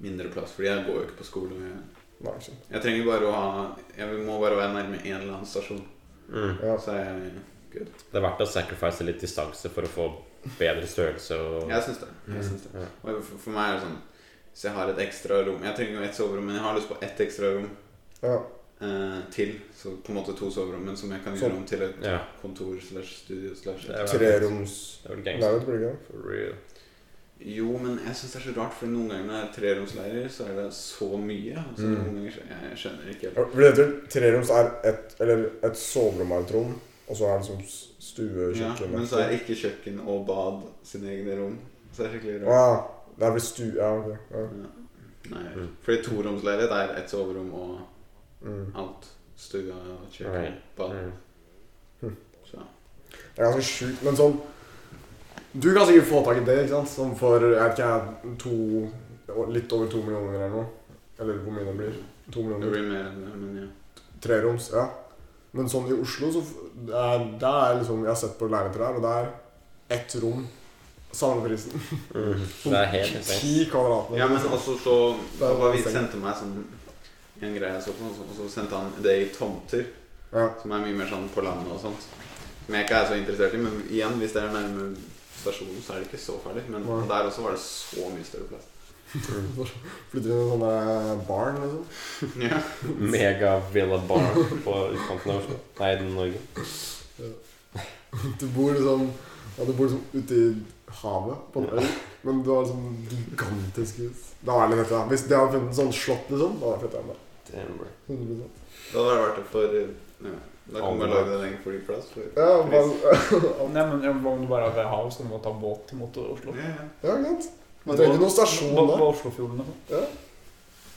F: mindre plass. Fordi jeg går jo ikke på skole. Jeg,
E: Nei, ikke sant.
F: jeg trenger bare å ha Jeg må bare være nærme en eller annen stasjon.
B: Mm.
E: Ja.
F: Så jeg,
B: Det er verdt å sacrifice litt distanse for å få bedre størrelse og
F: jeg syns det. Jeg syns det.
B: Ja.
F: Og for, for meg er det sånn Hvis jeg har et ekstra rom Jeg trenger jo ett soverom, men jeg har lyst på ett ekstra rom
E: Ja.
F: eh, til. Så på en måte to soverom, men som jeg kan
E: Sånn.
F: gjøre om til et
B: ja.
F: kontor slash studio slash
B: Det er vel-
E: Treroms
B: Det er vel gangster.
E: leilighet, blir det ikke det?
B: For real.
F: Jo, men jeg syns det er så rart, for noen ganger når jeg er treromsleier, så er det så mye. Så
E: Mm.
F: noen ganger skjø- Jeg skjønner ikke helt.
E: Ja, For det heter treroms er et Eller et soverom er et rom, og så er det som stue,
F: Ja,
E: kjøkken
F: men så er ikke kjøkken og bad sine egne rom. Så det er
E: Å
F: skikkelig rart.
E: ja. Det er vel stue Ja, ok. Ja.
F: Nei,
B: Mm.
F: fordi toromsleilighet er ett soverom og
E: Mm.
F: alt. Stua og kjøkken,
B: Right.
F: bad.
B: Mm.
F: Så.
E: Det er ganske sjukt, men sånn Du kan sikkert få tak i det, ikke sant? Sånn Som for jeg vet ikke, jeg, to Litt over to millioner eller noe. Eller hvor mye det blir. To
F: Det
E: millioner.
F: blir mer enn det, men ja.
E: Treroms, ja. Men sånn i Oslo, så f- det er, det er liksom Jeg har sett på leiligheter her, og det er ett rom. Samme prisen.
B: Mm. Det er helt insane.
E: Ti kvadratmeter. liksom.
F: Ja, men også så
E: Da
F: Pappa vi
E: var det
F: sendte meg sånn en greie jeg så på, og så- og så sendte han det i tomter.
E: Ja.
F: Som er mye mer sånn på landet og sånt. Som jeg ikke er så interessert i. Men igjen, hvis det er nærme stasjonen, så er det ikke så farlig. Men
E: Nei.
F: der også var det så mye større plass.
E: Mm. Flytter inn i sånne barn, liksom.
F: ja.
B: Mega Villa Bar på utkanten av Oslo. Nei, Norge.
E: Du bor liksom ja, du bor liksom ute i havet, på en øy, men du har liksom gigantisk hus. Da er det fett, da. Hvis de hadde funnet en sånn slott, liksom, da hadde jeg flytta hjem. da.
B: Damn, bro.
E: 100%.
F: Da hadde det vært det for eh, ja. Da kan man
B: Alle.
F: lage en egen flyplass. For,
E: Ja,
F: pris.
E: bare,
A: Nei, men Hva om du bare er ved havet, så kan du bare ta båt til mot Oslo?
F: ja, ja.
E: ja, ikke sant? Du trenger ikke noen stasjon
A: På-
E: der.
A: På Oslofjorden og sånn.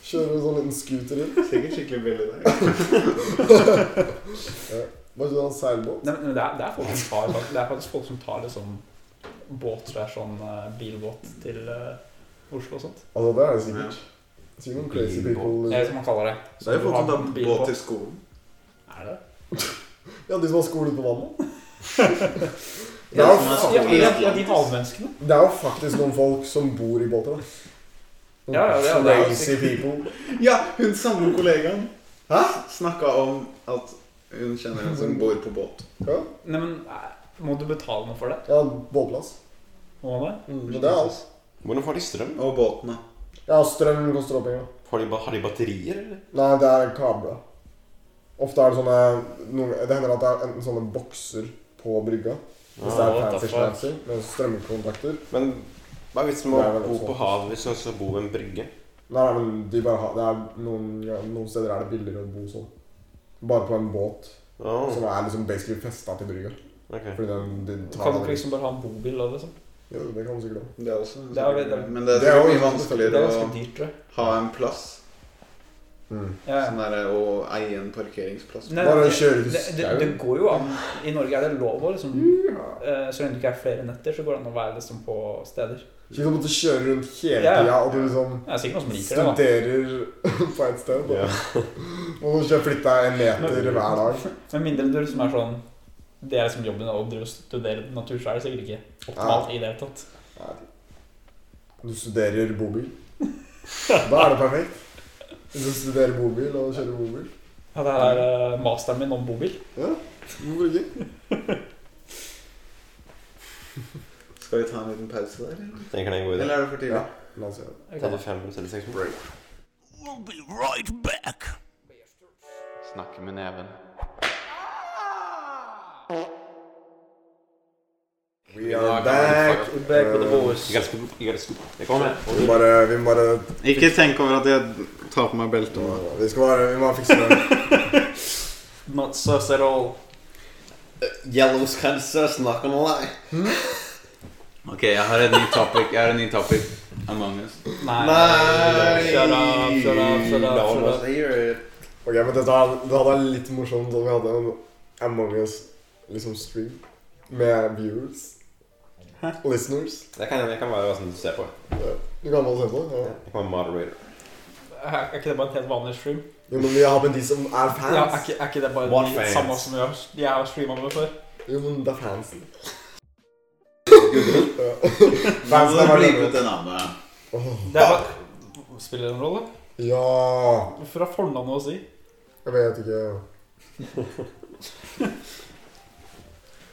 E: Kjører en sånn liten scooter inn.
F: Sikkert skikkelig billig der.
E: Bare sånn seilbåt.
A: Nei, men det er, det er folk som tar faktisk, Det er faktisk folk som tar liksom båt slash sånn eh, bilbåt til eh, Oslo og sånt.
E: Altså, det er det sikkert. Sikkert noen crazy people. liksom.
A: Det er det som man kaller det.
F: Så er det jo folk som
A: Du har
F: tar
A: bilbåt.
F: båt til skolen.
A: Er det?
E: Ja, de som har skole ute på vannet. Det
F: Ja,
E: er, jo
F: som er sånn-
E: fa-
A: Ja, men ja, ja, de havmenneskene.
E: det er jo faktisk noen folk som bor i båter, da. Sånn
A: Ja, ja, det er- det er-
E: Crazy people.
F: Ja, hun samme kollegaen
E: Hæ?
F: snakka om at hun kjenner en som bor på båt.
E: Ja,
A: Nei, men eh, må du betale noe for det?
E: ja båtplass.
A: Må man det?
E: Mm, men det er alt.
B: Hvordan får de strøm?
F: Og båten, da.
E: Ja, strøm koster opp penger.
B: Har de, ba- har de batterier, eller?
E: Nei, det er kabler. Ofte er det sånne noen, Det hender at det er enten sånne bokser på brygga. Hvis det
B: Ah,
E: er
B: what the
E: fancy
B: fuck?
E: fancy med strømkontakter.
B: Men hva er vitsen med
E: Det er
B: å
E: vel
B: bo
E: også-
B: på havet hvis du skal bo ved en brygge?
E: Nei, nei, men de bare har, det er noen, ja, noen steder er det billigere å bo sånn. Bare på en båt
B: Åh,
E: som er liksom basically festa til brygga.
B: ok.
E: Fordi den, de
A: Så
E: tar
A: kan du ikke liksom bare ha en bobil og det sånn?
E: Jo, det kan du sikkert også.
F: Det er også
A: Det er jo- det er-
F: Men det er,
E: Det er
F: sikkert
E: jo-
F: mye
A: Det
F: vanskeligere
A: er ganske
F: å
A: dyrt, tror jeg.
F: ha en plass.
E: Mm.
A: Ja, ja.
F: Sånn der, å eie en parkeringsplass.
A: Nei,
E: Bare
A: det-
E: kjøre til
A: Det, det, det
E: skauen.
A: går jo an I Norge er det lov å liksom eh, Så lenge det ikke er flere netter, så går det an å være liksom på steder.
E: Ikke sånn at du kjører rundt hele
A: Ja, ja.
E: tida og du liksom
A: Det er sikkert noen som liker det. da
E: studerer på et sted. Da.
B: Ja.
E: Og du skal flytte deg en meter hver dag.
A: Med mindre du liksom er sånn Det er liksom jobben din, og du studerer natur, så er det sikkert ikke optimalt i det hele tatt.
E: Du studerer bobil. Da er det perfekt. Hvis du studerer bobil og kjører bobil.
A: Ja, det her er eh, masteren min om bobil.
E: Hvorfor ikke?
F: Skal vi ta en liten pause der, eller?
B: Tenker det er en god idé.
F: Eller er det for tidlig?
E: Ja. La oss gjøre det.
A: Ok.
B: Ta det fem eller seks minutter.
G: We'll be right back.
F: Snakke med neven.
E: We are back. Eh,
A: Back with the boys.
B: You gotta scoop, you gotta scoop. Det kommer.
E: Vi må bare, vi må bare
F: Ikke tenk over at jeg tar på meg beltet nå.
E: Vi skal bare Vi må fikse det.
A: Not sus at all.
F: Yellows cancer, snakk om deg.
A: Hm?
F: Ok, jeg har en ny topic. Jeg har en ny topic. Among us.
A: Nei!
F: Nei!
A: Shut up, shut up, shut up,
F: No one
A: shut
F: was
A: up.
F: here.
E: Ok, men dette er, det hadde vært litt morsomt om vi hadde en Among us liksom stream med viewers. Listeners.
B: Jeg kan, jeg kan være hva som du ser på.
E: Du kan bare se på. Ja.
B: Jeg kan være moderator.
A: Er ikke det bare en helt vanlig stream?
E: Jo, men vi har med de som
A: Ja,
E: er
A: er,
E: fans.
A: ikke, er ikke det bare
B: What
A: de
B: fans?
A: samme som jeg, jeg har streama med før?
E: Jo, men det er fansen.
F: Nå
E: Fansen
F: må
E: er
F: du
E: bare
F: bli med til navnet.
A: Det er bare, spiller det en rolle?
E: Ja
A: Hvorfor har fornavnet å si?
E: Jeg vet ikke.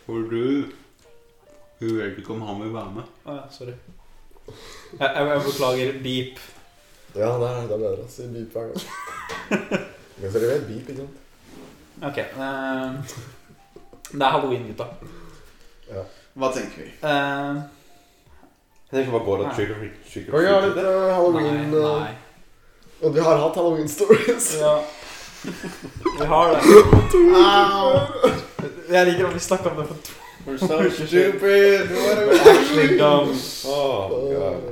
F: Hvor du Hun vet ikke om han vil være med.
A: Å ja, sorry. Jeg, jeg, jeg beklager. Beep.
E: Ja, det er, det er bedre. Si beep hver gang. Men så er det vel beep, ikke sant?
A: Ok. eh, det er halloween, gutta.
F: Hva tenker vi?
A: Eh,
B: Jeg tenker bare går og
A: Nei.
B: trick or treat- trick
E: Kan
B: or
E: vi ha litt
B: treat.
E: eh, halloween
A: nei,
E: eh,
A: nei.
E: Og vi har hatt halloween stories.
A: Ja. Vi har det.
F: Au!
A: Jeg liker at vi snakka om det for to
B: We're so
F: Stupid!
A: actually dumb.
B: Oh, God.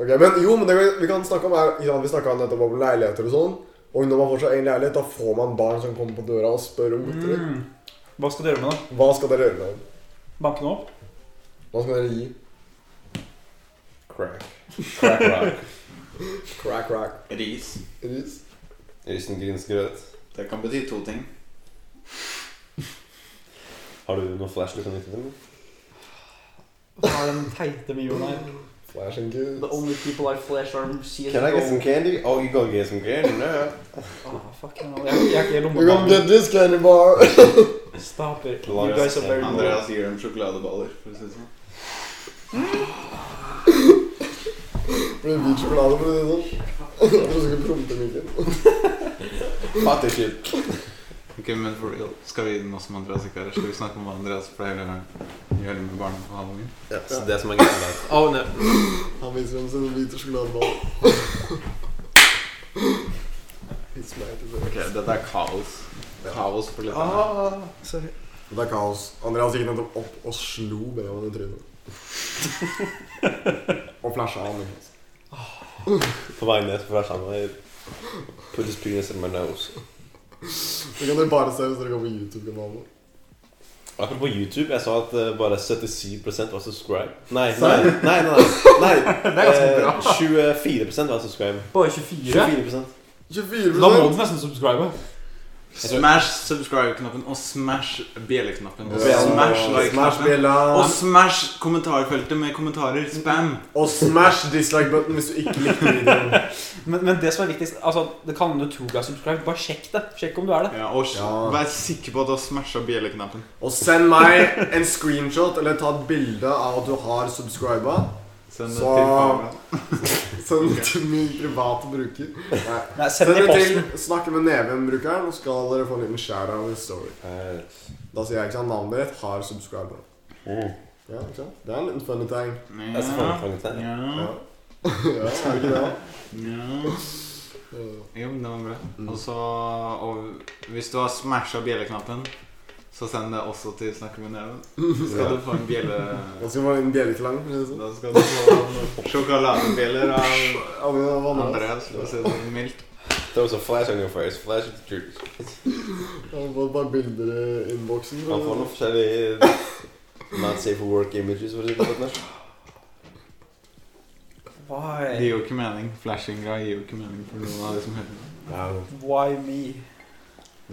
E: Ok, men jo, men det vi- vi kan snakke om er ja, Vi snakka nettopp om leiligheter og sånn. Og når man får seg egen leilighet, da får man barn som kommer på døra og spør om godteri.
A: Mm. Hva skal du gjøre med det?
E: Hva skal dere gjøre med dem?
A: Banke den opp?
E: Hva skal dere gi?
B: Crack. Crack rock.
E: Crack, crack.
F: Ris.
E: Ris?
B: Risengrynsgrøt.
F: Det kan bety to ting.
B: Har du noen flash du kan nytte til?
A: Hva er den teite med jorden her?
E: Flash and good.
A: The only people I flesh are
B: Can I get some candy? Oh, you gonna get some candy? No.
A: Ah, fuck, no. Jeg, jeg er ikke i
E: You gonna get
A: lommebanen.
E: this candy bar.
A: Stop it. You
B: Lars,
A: guys are very
F: Andreas gir dem sjokoladeballer, for å si det sånn.
E: Blir det hvit sjokolade for å si det sånn? Jeg trodde du skulle prompe Mikkel.
B: Fattig shit.
F: Ok, men for real, skal vi nå som Andreas ikke er her, skal vi snakke om hva Andreas pleier å gjøre med barna på Halloween?
B: Ja, så det som er greia er at- Oh, no.
E: Han viser dem sin hvite sjokoladeball. It's my
F: Ok,
E: dessert.
F: dette er kaos. Kaos for litt.
B: Ah, sorry.
E: Det er kaos. Andreas gikk nettopp opp og slo Benjamin i trynet. og flasha han. ikke sant?
B: På vei ned for hver sammen. I Put his penis in my nose.
E: Det kan dere bare se hvis dere går på YouTube-kanalen vår.
B: Apropos YouTube, jeg sa at eh, bare 77 var subscribe. Nei, nei,
E: Serr?
B: nei. nei, nei.
F: Det er ganske bra.
B: Eh, 24 var subscribe.
A: Bare 24?
B: 24
A: Da må
E: 24
A: du nesten subscribe.
F: Smash subscribe-knappen og smash bjelle-knappen. Og
E: Bjella.
F: smash
E: Smash
F: like-knappen.
E: bjella.
F: Og smash kommentarfeltet med kommentarer. Spam.
E: Og smash dislike-button hvis du ikke likte videoen.
A: Men, men det som er viktigst altså, Det kan hende Toga er subscribed. Bare sjekk det. Sjekk om du er det.
F: Ja, og s-
E: Ja.
F: vær sikker på at du har smasha bjelle-knappen.
E: Og send meg en screenshot eller ta et bilde av at du har subscriba.
F: Send det
E: Så-
F: til kamera.
E: Send det til min private bruker. Nei.
A: Nei, send
E: Send
A: det i
E: det
A: posten.
E: til Snakk med Neven-brukeren, og skal dere få en liten share av en story.
B: Uh,
E: Da sier jeg ikke sant, navnet ditt har subscriba. Ja, ikke sant? Det er en liten funny ting.
B: Jeg skal
F: Ja.
B: fange fanget her.
E: Ja.
F: Ja.
E: ja, er det ikke det?
F: Ja. Jo, men det var bra. Og så og hvis du har smasha bjelleknappen, så send det også til Snakke med neven. Så skal du få en bjelle
E: Da skal vi få en bjelleklang. for å si det sånn.
F: Da skal du få sjokoladebjeller av
E: Ja, men det var vanlig.
F: Andreas, for å si det sånn mildt.
B: There was a flash on your face. Flash at the truth.
E: Jeg har fått bare bilder i innboksen.
B: Man får noen forskjellige Not safe for work images, for å si det på godt norsk.
F: Det
A: Why?
F: gir jo ikke mening. Flashinga gir jo ikke mening for noen av de som hører på.
A: Why me?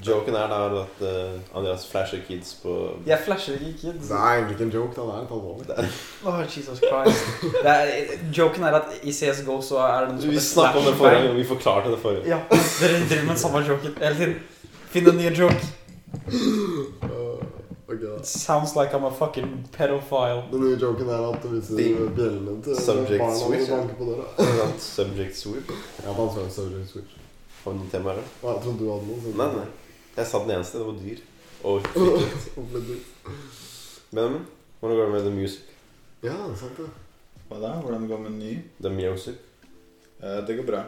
B: Joken er da at eh, Andreas flasher kids på
A: Jeg flasher ikke kids.
E: Det er egentlig ikke en joke, da. Det er litt alvorlig.
A: Åh, Jesus Christ. Det er, joken er at i CSGO så er det noe som
B: Vi
A: heter
B: snakket om det
A: flashbang.
B: forrige gang, vi forklarte det forrige
A: Ja, dere driver med den samme joken hele tiden. Finn en ny joke.
E: Uh, ok, da.
A: It sounds like I'm a fucking pedophile.
E: Den nye joken er at du viser
B: Ding.
E: bjellene til
B: Subject
E: barna når
B: switch,
E: du
B: ja.
E: banker på døra.
B: gang. Subject swoop.
E: Ja, da sa jeg subject switch.
B: Har vi noen temaer? da?
E: Ja, jeg trodde du hadde noe. så-
B: Nei, nei. Jeg sa den eneste. Det var dyr. Og fint. Benjamin, hvordan går det med the music?
E: Ja, sant det.
F: Hva da? Hvordan det går med ny? Eh,
B: The music?
F: Det går bra.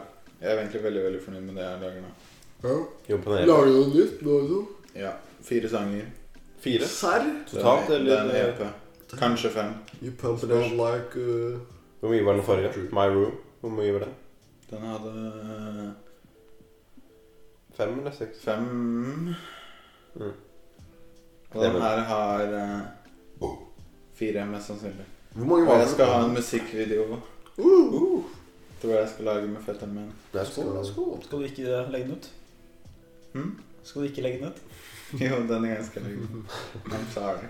F: Jeg er egentlig veldig veldig fornøyd med det jeg lager nå.
E: Ja.
B: Imponerende.
E: Lager du noe nytt? Lager du noe?
F: Ja. Fire sanger.
B: Fire?
E: Serr?
B: Totalt, eller?
F: Kanskje fem.
E: You pump it out like uh,
B: Hvor mye var den forrige? My Room? Hvor mye var den?
F: Den hadde
B: Fem eller seks?
F: Fem
B: Mm.
F: Og den her har eh, fire, mest sannsynlig.
E: Hvor mange
F: Og
E: var
F: jeg
E: det?
F: skal ha en musikkvideo.
E: Uh,
F: Tror jeg skal lage med fetteren min.
B: Nei, skål, da, skål.
A: Skal du ikke legge den ut?
F: Hm?
A: Skal du ikke legge den ut?
F: Jo, denne gangen skal jeg lage den. I'm sorry.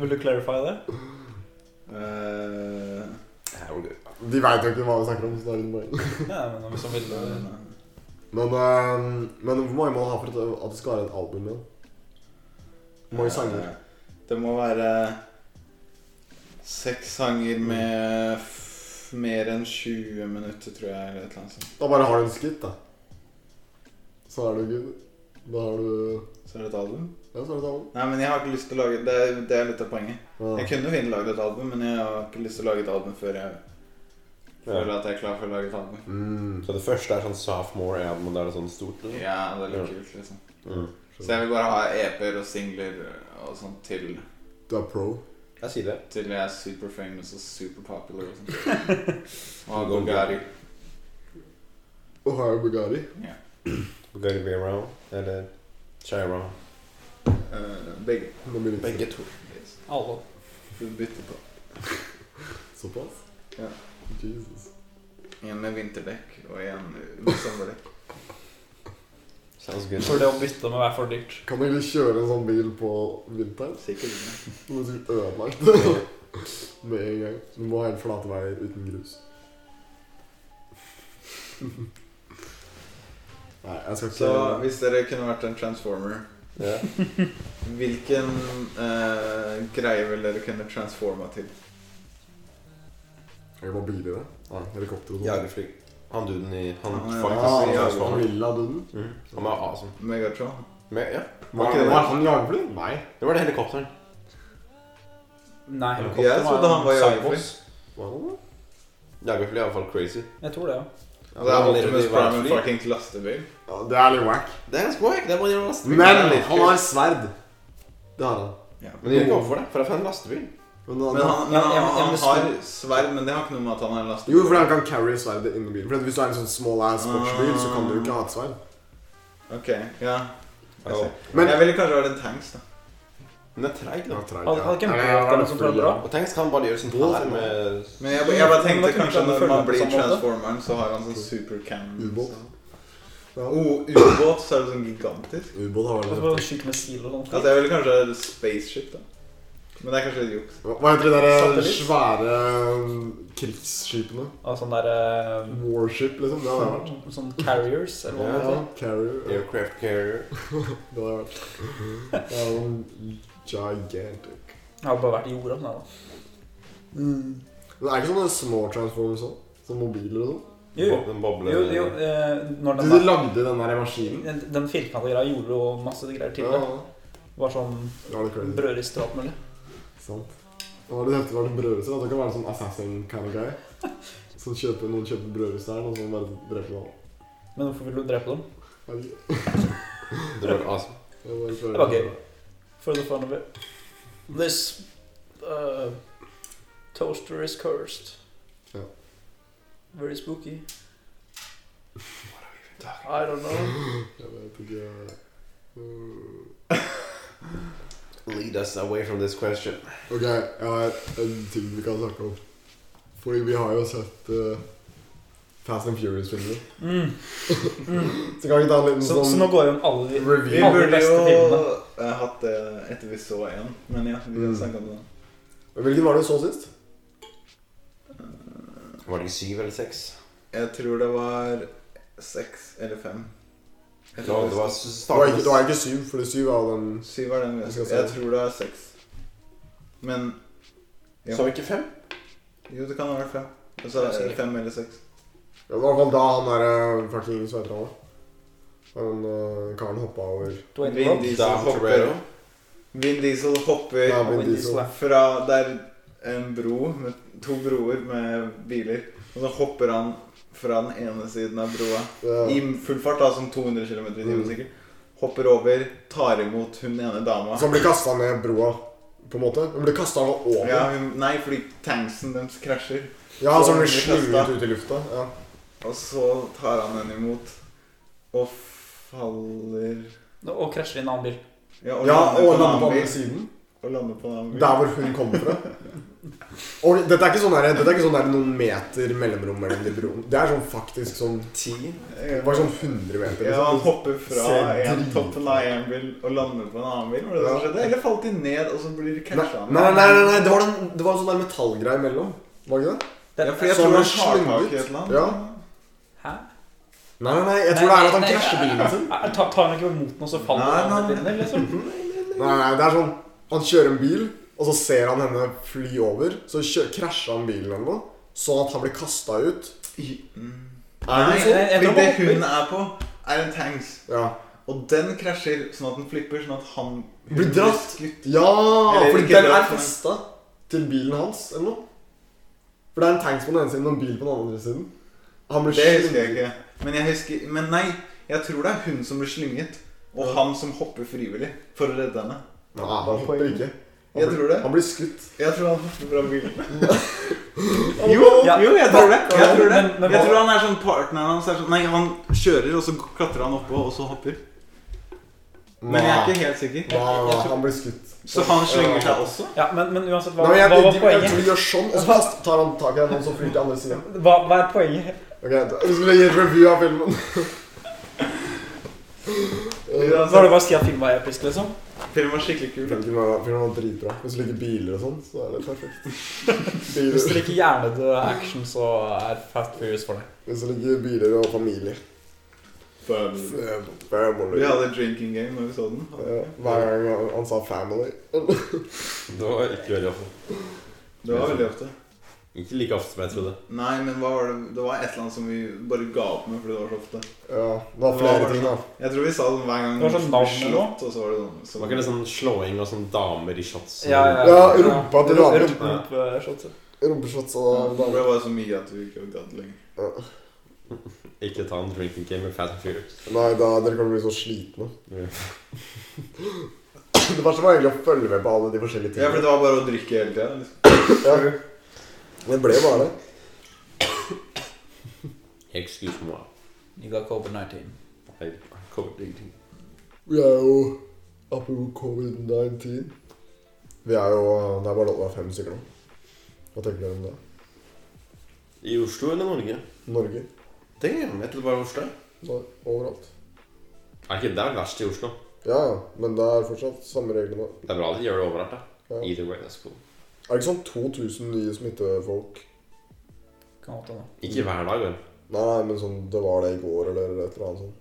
A: Vil du clarify det?
F: Eh,
B: Her var det.
E: De veit jo ikke hva vi snakker om. så det er litt poeng.
A: Ja, men om som vil
F: men,
A: det.
F: eh,
E: Men, eh, men hvor mange må du ha for at, at det skal være et album igjen? Hvor mange sanger?
F: eh, Det må være seks sanger med f mer enn 20 minutter, tror jeg. Eller et eller annet sånt.
E: Da bare har du en skit, da. Så er du good. Da har du
F: Så er det et album.
E: Ja, så er det et album.
F: Nei, men jeg har ikke lyst til å lage Det er, det er litt av poenget.
E: Ja.
F: Jeg kunne fint lagd et album, men jeg har ikke lyst til å lage et album før jeg føler
B: Ja.
F: at jeg er klar for å lage et album.
E: Mm.
B: Så det første er sånn sophomore album, og da er det sånn stort? Eller?
F: Ja, det er litt
B: Ja.
F: kult, liksom.
B: Mm.
F: Så jeg vil bare ha EP-er og singler og sånt til,
E: Du er pro.
B: Jeg sier det.
F: til jeg er super famous og super popular og sånn.
B: Går
F: Og Bulgari.
E: Ohio Bugari.
F: Ja.
B: Gotta be around. Eller Shy around.
F: Eh, begge.
E: Nå blir det ikke
B: to.
F: Yes.
A: Alle.
F: Du bytter på.
E: såpass.
F: Ja.
E: Jesus.
F: En med vinterdekk og en med sommerdekk.
B: Sounds good.
A: For det å bytte med hver for dyrt.
E: Kan egentlig kjøre en sånn bil på vinteren.
F: Sikkert.
E: Det blir sikkert ødelagt med en gang. Så du må ha helt flate veier uten grus. Nei, jeg skal ikke
F: Så hvis dere kunne vært en transformer,
B: Ja.
F: hvilken eh, greie ville dere kunne transforma til?
E: Jeg var billigere.
B: Ja.
E: Helikopter og sånn.
B: Jagerfly. Han duden i Han
F: Han er-
B: faktisk
E: Ah,
B: i
F: ja,
E: han
B: Transformers.
E: lilla duden.
B: Mm. Han var awesome.
F: Megatron?
B: Men, ja.
E: Var ikke det var han jagerfly? Nei.
B: Det var det helikopteren.
A: Nei, helikopter
F: Jeg trodde han var
A: en
F: jagerfly.
A: Cybos.
E: Var han det?
B: Jagerfly er iallfall crazy.
A: Jeg tror det, ja.
F: Og det er
B: han leder
F: Optimus
B: de
F: Prime en
B: verdensfly.
F: fucking lastebil.
E: Ja, det er litt wack.
B: Det er ganske wack. Det er bare en lastebil.
E: Men
B: Det er litt
E: han
B: kult.
E: har sverd. Det har han.
F: Ja.
B: Men det gjør ikke overfor det, for det er fra en lastebil.
E: Men han,
F: Men han, men
A: Ja, ja,
F: han,
A: ja,
F: han
A: men
F: har
A: skal-
F: sverd, men det har ikke noe med at han er en lastebil
E: jo, fordi han kan carry sverdet inni bilen. For Hvis du er en sånn small ass sportsbil, så kan du jo ikke ha et sverd.
A: Ah.
F: Ok, ja. Jeg
B: Ja.
F: ser.
E: Men-
F: jeg ville kanskje vært en tanks, da.
B: Men det er treig,
E: Ja,
B: da.
E: treig,
A: Han-
E: ja.
A: han kan
E: Nei,
A: bruke
E: han er
A: den som
E: full,
A: prøver
E: ja.
A: å-
B: Og tanks kan bare gjøre sin
E: Båt,
B: her
E: eller?
B: med
F: Men jeg, jeg bare
A: Men da
F: tenkte
A: kunne
F: kanskje
A: han
F: når
A: følge
F: man
A: på
F: blir
A: samme måte.
F: transformeren, så har han sånn super cannon.
E: Ubåt.
F: så-
E: Ja.
F: Oh, ubåt, så er det sånn gigantisk.
E: Ubåt har
A: Og så
E: vært
A: får
E: litt
A: han skyte med sil og sånt.
F: Altså, jeg ville kanskje vært spaceship, da. Men det er kanskje litt juks.
E: Hva hva heter de der
A: Satellitt.
E: svære um, krigsskipene?
A: Og sånn der eh,
E: Warship, liksom. Det hadde jeg vært.
A: Sånn carriers, eller hva
B: Ja,
A: det
E: Ja,
A: heter.
E: carrier. ja.
B: aircraft carrier.
E: Det hadde jeg vært. Det er sånn gigantic.
A: Jeg har bare vært i jorda. Nei, da.
F: Mm.
E: Men det er ikke sånne små transformers òg? Sånn mobiler og sånn?
A: Jo, jo.
B: Den boble...
A: jo, jo eh, når
E: De
A: den,
E: de
A: der-
E: lagde den der i maskinen?
A: den, den firkanta greia gjorde jo masse greier til
E: Ja,
A: det. Var sånn
E: det var litt crazy.
A: brødrist og alt mulig.
E: Sant. Det var litt heftig å være en brødrester. da. Det kan være en sånn assassin kind of guy. Som kjøper, noen kjøper brødresteren, og så bare dreper han.
A: Men hvorfor ville du drepe dem?
E: Jeg vet ikke.
B: Det var awesome.
E: Jeg bare føler-
A: Det var gøy. For the fun of it. This uh, toaster is cursed.
E: Ja.
A: Very spooky. I don't know.
E: Jeg vet ikke. Mm.
B: Lead us away from this question.
E: Ok, jeg har en ting vi kan snakke om. Fordi vi har jo sett eh, Fast and Furious-filmer.
A: Mm.
E: Så kan vi ta en liten
A: Så, så
E: sånn
A: nå går jo om alle de
F: Vi
E: review?
A: Aller
F: burde
A: beste
F: jo
A: filmene.
F: eh, hatt det etter vi så en, men ja, vi har
E: Mm.
F: snakket om det.
E: Hvilken var det du så sist?
B: Var det ikke syv eller seks?
F: Jeg tror det var seks eller fem. Jeg
B: Det var,
F: tror
B: det var
E: Det var ikke,
B: starten
E: det var ikke syv, for det syv var den
F: Syv er den vi
E: Jeg
F: har
E: skal
F: sett.
E: se.
F: Jeg tror det er seks. Men ja.
B: Så vi ikke fem?
F: jo, det kan ha vært fem. Og så er det fem eller seks.
E: ja, Det var i hvert fall da han der eh, fucking sveiteren var. Han eh, karen hoppa over
A: Dwayne The
F: Vin
A: Rock.
F: Diesel
B: Dan
F: hopper.
B: Torero.
F: Vin Diesel hopper
E: Ja,
A: Vin
E: Vin Diesel.
A: Diesel.
F: fra der en bro med to broer med biler, og så hopper han fra den ene siden av broa i
E: Ja.
F: full fart, da, sånn som 200 km i timen
E: Mm.
F: sikkert. Hopper over, tar imot hun ene dama.
E: Så han ble kasta ned broa, på en måte. Han ble kasta over.
F: Ja, hun, nei, fordi tanksen deres krasjer.
E: Ja, så han ble
F: Så han ble
E: slynget ut i lufta. Ja.
F: Og så tar han henne imot og faller
A: Og krasjer i en annen bil.
F: Ja,
E: ja, og landet på andre siden.
F: Og lander på en annen bil.
E: Der hvor hun kommer fra. Og dette er ikke sånn der, dette er ikke sånn der noen meter mellomrom mellom de broene. Det er sånn faktisk sånn
B: Ti.
E: Det var sånn 100 meter.
F: Ja, han
E: Liksom.
F: hopper fra
E: Ser
F: en
E: drit-
F: toppen av en bil og lander på en annen bil. Var det det som
E: Ja.
F: skjedde? Eller falt de ned, og så blir de
E: Nei,
F: catcha?
E: nei, nei, nei, nei, det var, den, det var en sånn der metallgreie imellom. Var det ikke det?
F: Ja, for jeg
E: Så
F: tror
E: han
F: han tar tak i
E: slynget.
F: et eller annet.
E: Ja.
A: Hæ?
E: Nei, nei, nei, jeg tror det er at han
A: Nei, nei,
E: krasjer
A: nei,
E: bilen sin.
A: Er- Tar tar han ikke imot noe, så faller
F: Nei,
A: han
F: nei,
A: ned i bilen, liksom?
E: Nei, nei, det er sånn Han kjører en bil, og så ser han henne fly over. Så kjø- krasjer han bilen eller noe, sånn at han blir kasta ut.
F: I- mm.
E: Er
F: Nei,
E: det sånn?
A: jeg- jeg tror
F: fordi det
A: han
F: hun er på, er en tanks.
E: Ja.
F: Og den krasjer sånn at den flipper, sånn at han hun
E: Blir dratt.
F: skutt.
E: Ja,
F: Eller
E: fordi
F: ikke
E: den
F: bra,
E: er
F: men-
E: festa til bilen hans, eller noe. For det er en tanks på den ene siden og en bil på den andre siden. Han ble
F: Det husker jeg
E: slynget.
F: ikke. Men jeg husker Men nei, jeg tror det er hun som blir slynget. Og han som hopper frivillig for å redde henne.
E: Nei, han hopper ikke. Han
F: Jeg
E: blir-
F: tror det.
E: Han blir skutt.
F: Jeg tror han hopper fra bilen. jo, jo, jeg tror det. Jeg tror, det.
A: Men- men
F: jeg
A: hva-
F: tror han er sånn partneren hans. Er sånn, nei, han kjører, og så klatrer han oppå, og så hopper. Men jeg er ikke helt sikker.
E: Nei,
A: jeg tror-
E: han blir skutt.
F: Så han slynger seg også?
A: Ja, men, men uansett, hva,
E: Nei, men jeg,
A: hva
E: jeg,
A: var
E: jeg, jeg tror
A: poenget?
E: de gjør sånn, og så fast- tar han tak i den, og så flyr til andre siden.
A: Hva, hva er poenget?
E: Ok, da- Vi skulle gi et review av filmen.
A: Så var det bare å si at filmen var episk, liksom.
F: Filmen var skikkelig kul.
E: Filmen var, filmen var dritbra. Hvis du liker biler og sånn, så er det perfekt.
A: Hvis du
E: Biler,
A: liker hjernedød action, så er Fast Furious for deg.
E: hvis du liker biler og familie.
F: Fun.
E: Eh, Family.
F: Vi hadde drinking game når vi så den.
E: Ja, Hver gang han- han sa 'family'.
B: Det var ikke veldig ofte.
F: Det var veldig ofte.
B: Ikke like ofte som jeg trodde.
F: Nei, men hva var det? det var et eller annet som vi bare ga opp med fordi det var så ofte.
E: Ja, det var flere ting, da.
F: Jeg tror vi sa den hver gang
A: Det var sånn
F: vi ble
A: navn eller noe?
F: slått, og så var det sånn
B: Det
F: så
B: var ikke det sånn slåing og sånn damer i shots? og-
A: Ja, ja,
E: Ja, rumpa til damer.
A: Rumpeshotset.
E: Rumpeshots
F: Ja,
E: og
F: Det ble
E: damer.
F: bare så mye at vi ikke gadd lenger.
E: Ja.
B: Ikke ta en drinking game med Fast and Furious.
E: Nei, da, dere kommer til å bli så slitne.
B: Ja.
E: Det verste var egentlig å følge med på alle de forskjellige
F: Ja,
E: tingene.
F: for det var bare å drikke hele tida. Liksom.
E: Ja. Det ble jo bare det.
B: Excuse me.
A: You got COVID-19.
B: Jeg kommer til ingenting.
E: Vi er jo Apropos covid-19. Vi er jo Det er bare lov å være fem stykker nå. Hva tenker dere om det?
B: I Oslo eller Norge?
E: Norge?
B: Damn, jeg trodde bare Oslo.
E: Nei, overalt.
B: Er ikke det er vel verst i Oslo?
E: Ja, ja. Men det er fortsatt samme reglene.
B: Det er bra de gjør det overalt, da.
E: Ja. Er
B: Either way, that's cool.
E: det ikke sånn 2000 nye smittefolk?
A: Kan åtte nå.
B: Ikke hver dag, vel?
E: Nei, nei, men sånn Det var det i går, eller et eller annet sånt.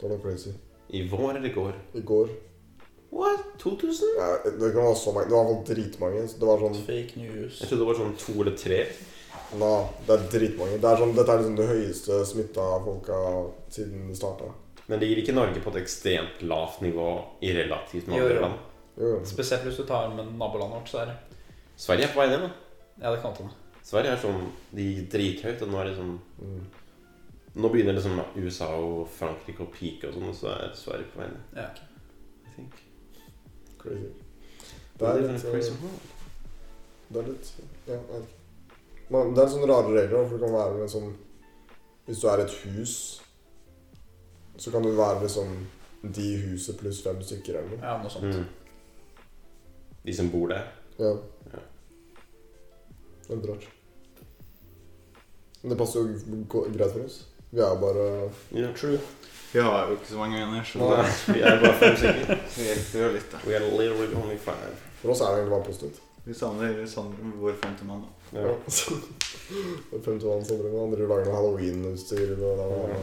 E: Det var noe crazy.
B: I vår eller går?
E: I går.
B: What? 2000?
E: Ja, det kan være så mange. Det var i hvert fall dritmange. så Det var sånn
A: Fake news.
B: Jeg trodde det var sånn to eller tre.
E: Nei, det er dritmange. Det er sånn, dette er liksom det høyeste smitta folka siden det starta.
B: Men ligger ikke Norge på et ekstremt lavt nivå i relativt mange
A: Jo, jo.
B: andre land?
E: Jo, jo.
A: Spesielt hvis du tar med nabolandet vårt, så er det
B: Sverige er på vei ned, da.
A: Ja, det kan åtte nå.
B: Sverige er sånn De gikk drithøyt, og nå er det sånn
E: Mm.
B: Nå begynner liksom USA og Frankrike å peake og sånn, og så er Sverige på vei ned.
A: Ja, ok.
B: I think.
E: Crazy. Det er
B: Live in
E: litt,
B: a crazy
E: eh,
B: world.
E: det er litt Ja, jeg vet ikke. Men det er sånne rare regler, for det kan være med sånn Hvis du er et hus, så kan du være liksom de i huset pluss fem stykker eller noe.
A: Ja, noe sånt.
B: Mm. De som bor der.
E: Ja.
B: Ja.
E: Det er litt rart. Men det passer jo go- greit for oss. Vi er jo bare
B: Yeah, true.
F: Vi har jo ikke så mange venner, så
E: Nei.
B: Vi er bare fem stykker.
F: det hjelper jo litt. da
B: We are literally only five.
E: For oss er det egentlig bare positivt.
F: Vi savner Sander, vår femtemann. da.
B: Ja.
E: Femte vann Sondre med andre lager noe halloween-utstyr. og da var- ja,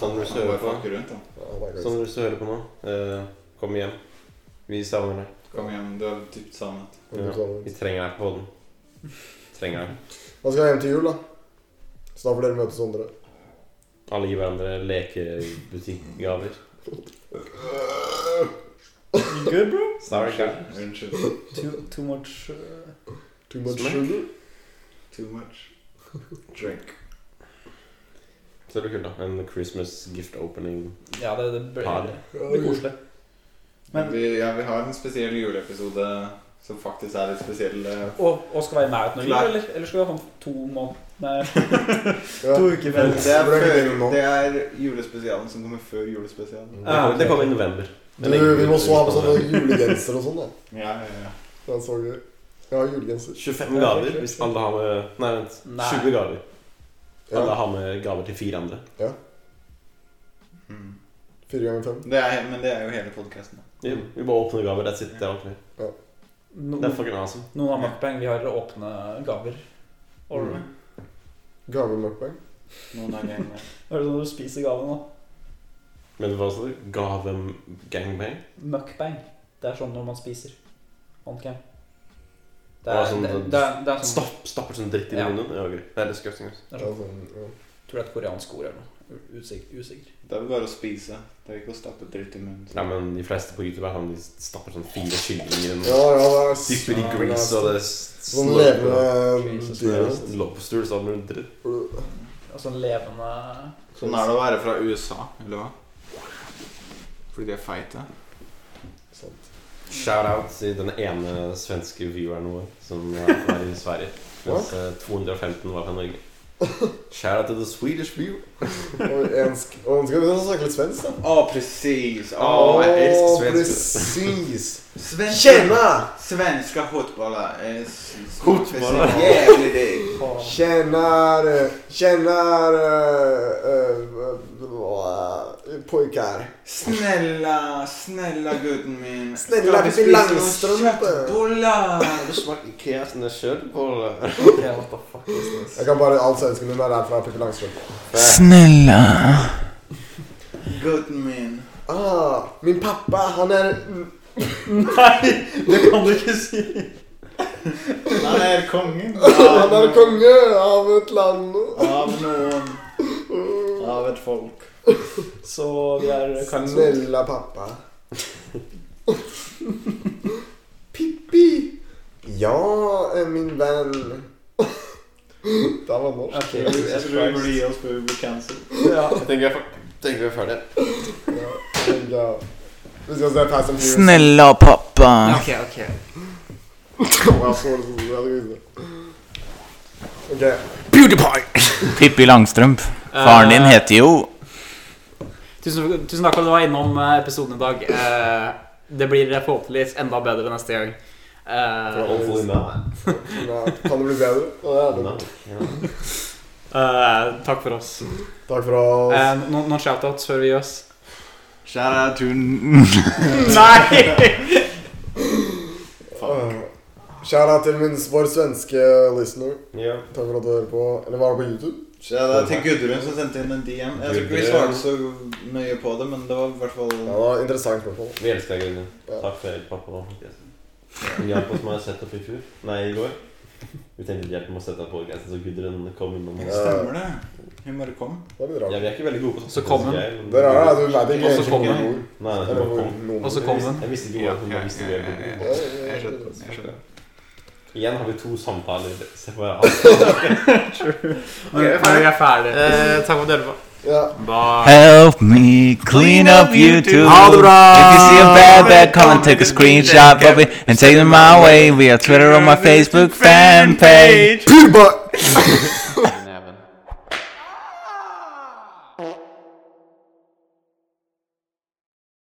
B: Sander
F: Han bare
B: Sørøy på.
F: fucker rundt, da.
E: ja, det er
B: Sånn
E: greit.
B: hvis du hører på nå, eh, kom hjem. Vi savner deg.
F: Kom hjem, du er dypt savnet.
E: Femte vann.
B: Vi trenger deg på podden. Trenger deg.
E: Da skal jeg hjem til jul, da. Så da får dere møte Sondre.
B: Alle gir hverandre lekebutikkgaver.
A: You good, bro?
B: Sorry, guy.
F: Unnskyld.
A: Too, too much uh,
E: Too much
B: Smack.
E: sugar.
F: Too much. Drink.
B: Så det blir kult, da. En Christmas gift opening.
A: Ja, det, det blir
B: Par.
A: det blir koselig. Men-
F: vi, ja, vi har en spesiell juleepisode som faktisk er litt spesiell. eh,
A: Og, og skal være i nærheten av
F: Klar.
A: jul, eller? Eller skal du ha sånn to måneder Nei,
E: Ja.
A: to uker
E: Men
A: vel?
F: Det er,
E: hvor er
F: før,
E: det nå?
F: det er julespesialen som kommer før julespesialen.
B: Det kommer, det kommer i november.
E: Du, vi må også ha med sånne julegenser og sånn, da.
F: Ja, ja, ja.
E: Det er så gøy. Jeg har julegenser.
B: 25 gaver hvis alle har med Nei, vent.
A: Nei.
B: 20 gaver. Alle
E: Ja,
B: har med gaver til fire andre.
F: Mm.
E: fire ganger fem.
F: Det er, men det er jo hele podkasten.
B: Vi vi bare åpner gaver. That's it. Det er alt vi-
A: No,
B: Det er fucking awesome.
A: noen har møkkpeng, vi har åpne gaver. Og,
E: Mm. Gavemøkkbang.
F: Noen av gangene.
A: Hva er det sånn du spiser gaven nå?
B: Men hva sa du? Gave gangbang?
A: Mukbang. Det er sånn når man spiser. On cam. Det
B: Ja,
A: er,
B: sånn-
A: det, det er, det er sånn
B: Stopp, stopper sånn dritt i
A: Ja.
B: munnen? Ja, ok. Det er disgusting. altså. ass.
A: det er
E: Ja,
A: sånn-
E: sånn, ja.
A: Jeg tror det er et koreansk ord eller noe. U- Usikker. usikker.
F: Det er vel bare å spise. Det er ikke å stappe dritt i munnen.
B: Nei, men de fleste på YouTube er sånn, de stapper sånn fire kyllinger
E: ja,
B: og
E: ja, det er
B: dipper i
E: ja,
B: grease og
E: det er
B: det er
E: Sånn
B: slurper.
E: levende
A: Jesus,
B: Det er
E: dyr.
B: sånn Lobster som er dritt.
A: Og sånn levende
F: Sånn er det å være fra USA, eller hva? Fordi de er feite.
E: Sant.
B: Shout-out til den ene svenske vieweren vår som var i Sverige. Mens eh, 215 var fra Norge. Shout-out til the Swedish viewer.
E: Og en sk- og en skal vi snakke litt svensk, da?
F: Å, presis! Å,
B: Åh,
F: jeg elsker
E: Åh,
F: svensk.
E: precis!
F: Svenska,
E: Tjena!
F: svenska fotbollar är s- s-
B: Fotbollar?
F: så jävligt dyrt.
E: Tjena du! Tjena du! eh, eh, Pojkar.
F: Snälla, snälla guden min.
E: Snälla,
F: Ska vi
E: vi
F: spisa
E: landstrumpa?
F: Köttbullar.
B: Du smaker kräsna köttbullar. What the fuck is this?
E: Jeg kan bare alt svenske min er fra Pippi Langstrømpe.
F: Snälla. Guden min.
E: Ah, min pappa, han er
A: Nei, det kan du ikke si.
F: Han är kungen.
E: Han er konge av et land.
F: Av någon. Av ett folk.
A: Så vi er kanskje
E: Snälla pappa. Pippi! Ja, eh, min venn. Det var norsk.
A: Ok, Jesus Christ.
F: ge oss för vi blir cancer.
A: Ja.
B: Jeg tenker jeg er fer- tenker vi er ferdige.
E: Ja, ja. Vi skal se Fast and Furious.
G: Snälla pappa.
E: Jeg så det som jeg hadde visst det. Ok,
G: Pippi Langstrump. Faren din heter jo
A: Eh, Tusen, tusen takk for at du var innom eh, episoden i dag. Eh, Det blir forhåpentligvis enda bedre neste gang. Eh,
B: Hopefully not.
E: nå kan det bli bedre? Å, ja, det-
B: No. Yeah.
A: eh, Takk for oss.
E: Takk for oss.
A: Eh, Noen noen shoutouts før vi gir oss?
F: Shoutout to...
A: Nei!
E: Eh, Kjære til min, vår svenske listener.
B: Yeah.
E: Takk for at du hører på. Eller var det på YouTube?
F: Shoutout til Gudrun som sendte inn en DM. Jeg tror ikke vi svarte så nøye på det, men det var i hvert fall
E: Ja, det var interessant spørsmål.
B: Vi elsker deg, Gunnar. Takk for hjelp, pappa. Hun hjalp oss med å sette opp i fjor. Nei, i går. Vi tenkte litt hjelp med å sette opp podcasten, så Gudrun kom innom.
E: Ja.
F: Stemmer det? Hun bare kom.
E: Det var litt
B: Ja,
E: rart.
B: vi er ikke veldig gode på sånt.
A: Så kom hun.
B: Nei,
E: Det rare er at du vet
A: Og så
E: ikke egentlig
A: kommer-
E: hvor ord.
B: nei, hun
E: Eller
B: bare
E: hvor
B: kom.
E: noen
A: Og så
E: ord.
A: kom den.
B: Jeg visste ikke hvor hun var, visste hvor jeg kom.
E: ja, ja, jeg skjønner.
F: Jeg skjønner.
B: Igjen har vi to samtaler separat.
A: Når vi er ferdig. Takk for at du hørte på.
E: Ja.
A: Bye.
G: Help me clean up YouTube.
A: Ha det bra!
G: If you see a bad bad comment, take a screenshot of it and take it my way via Twitter or my Facebook fan page.
E: Puba!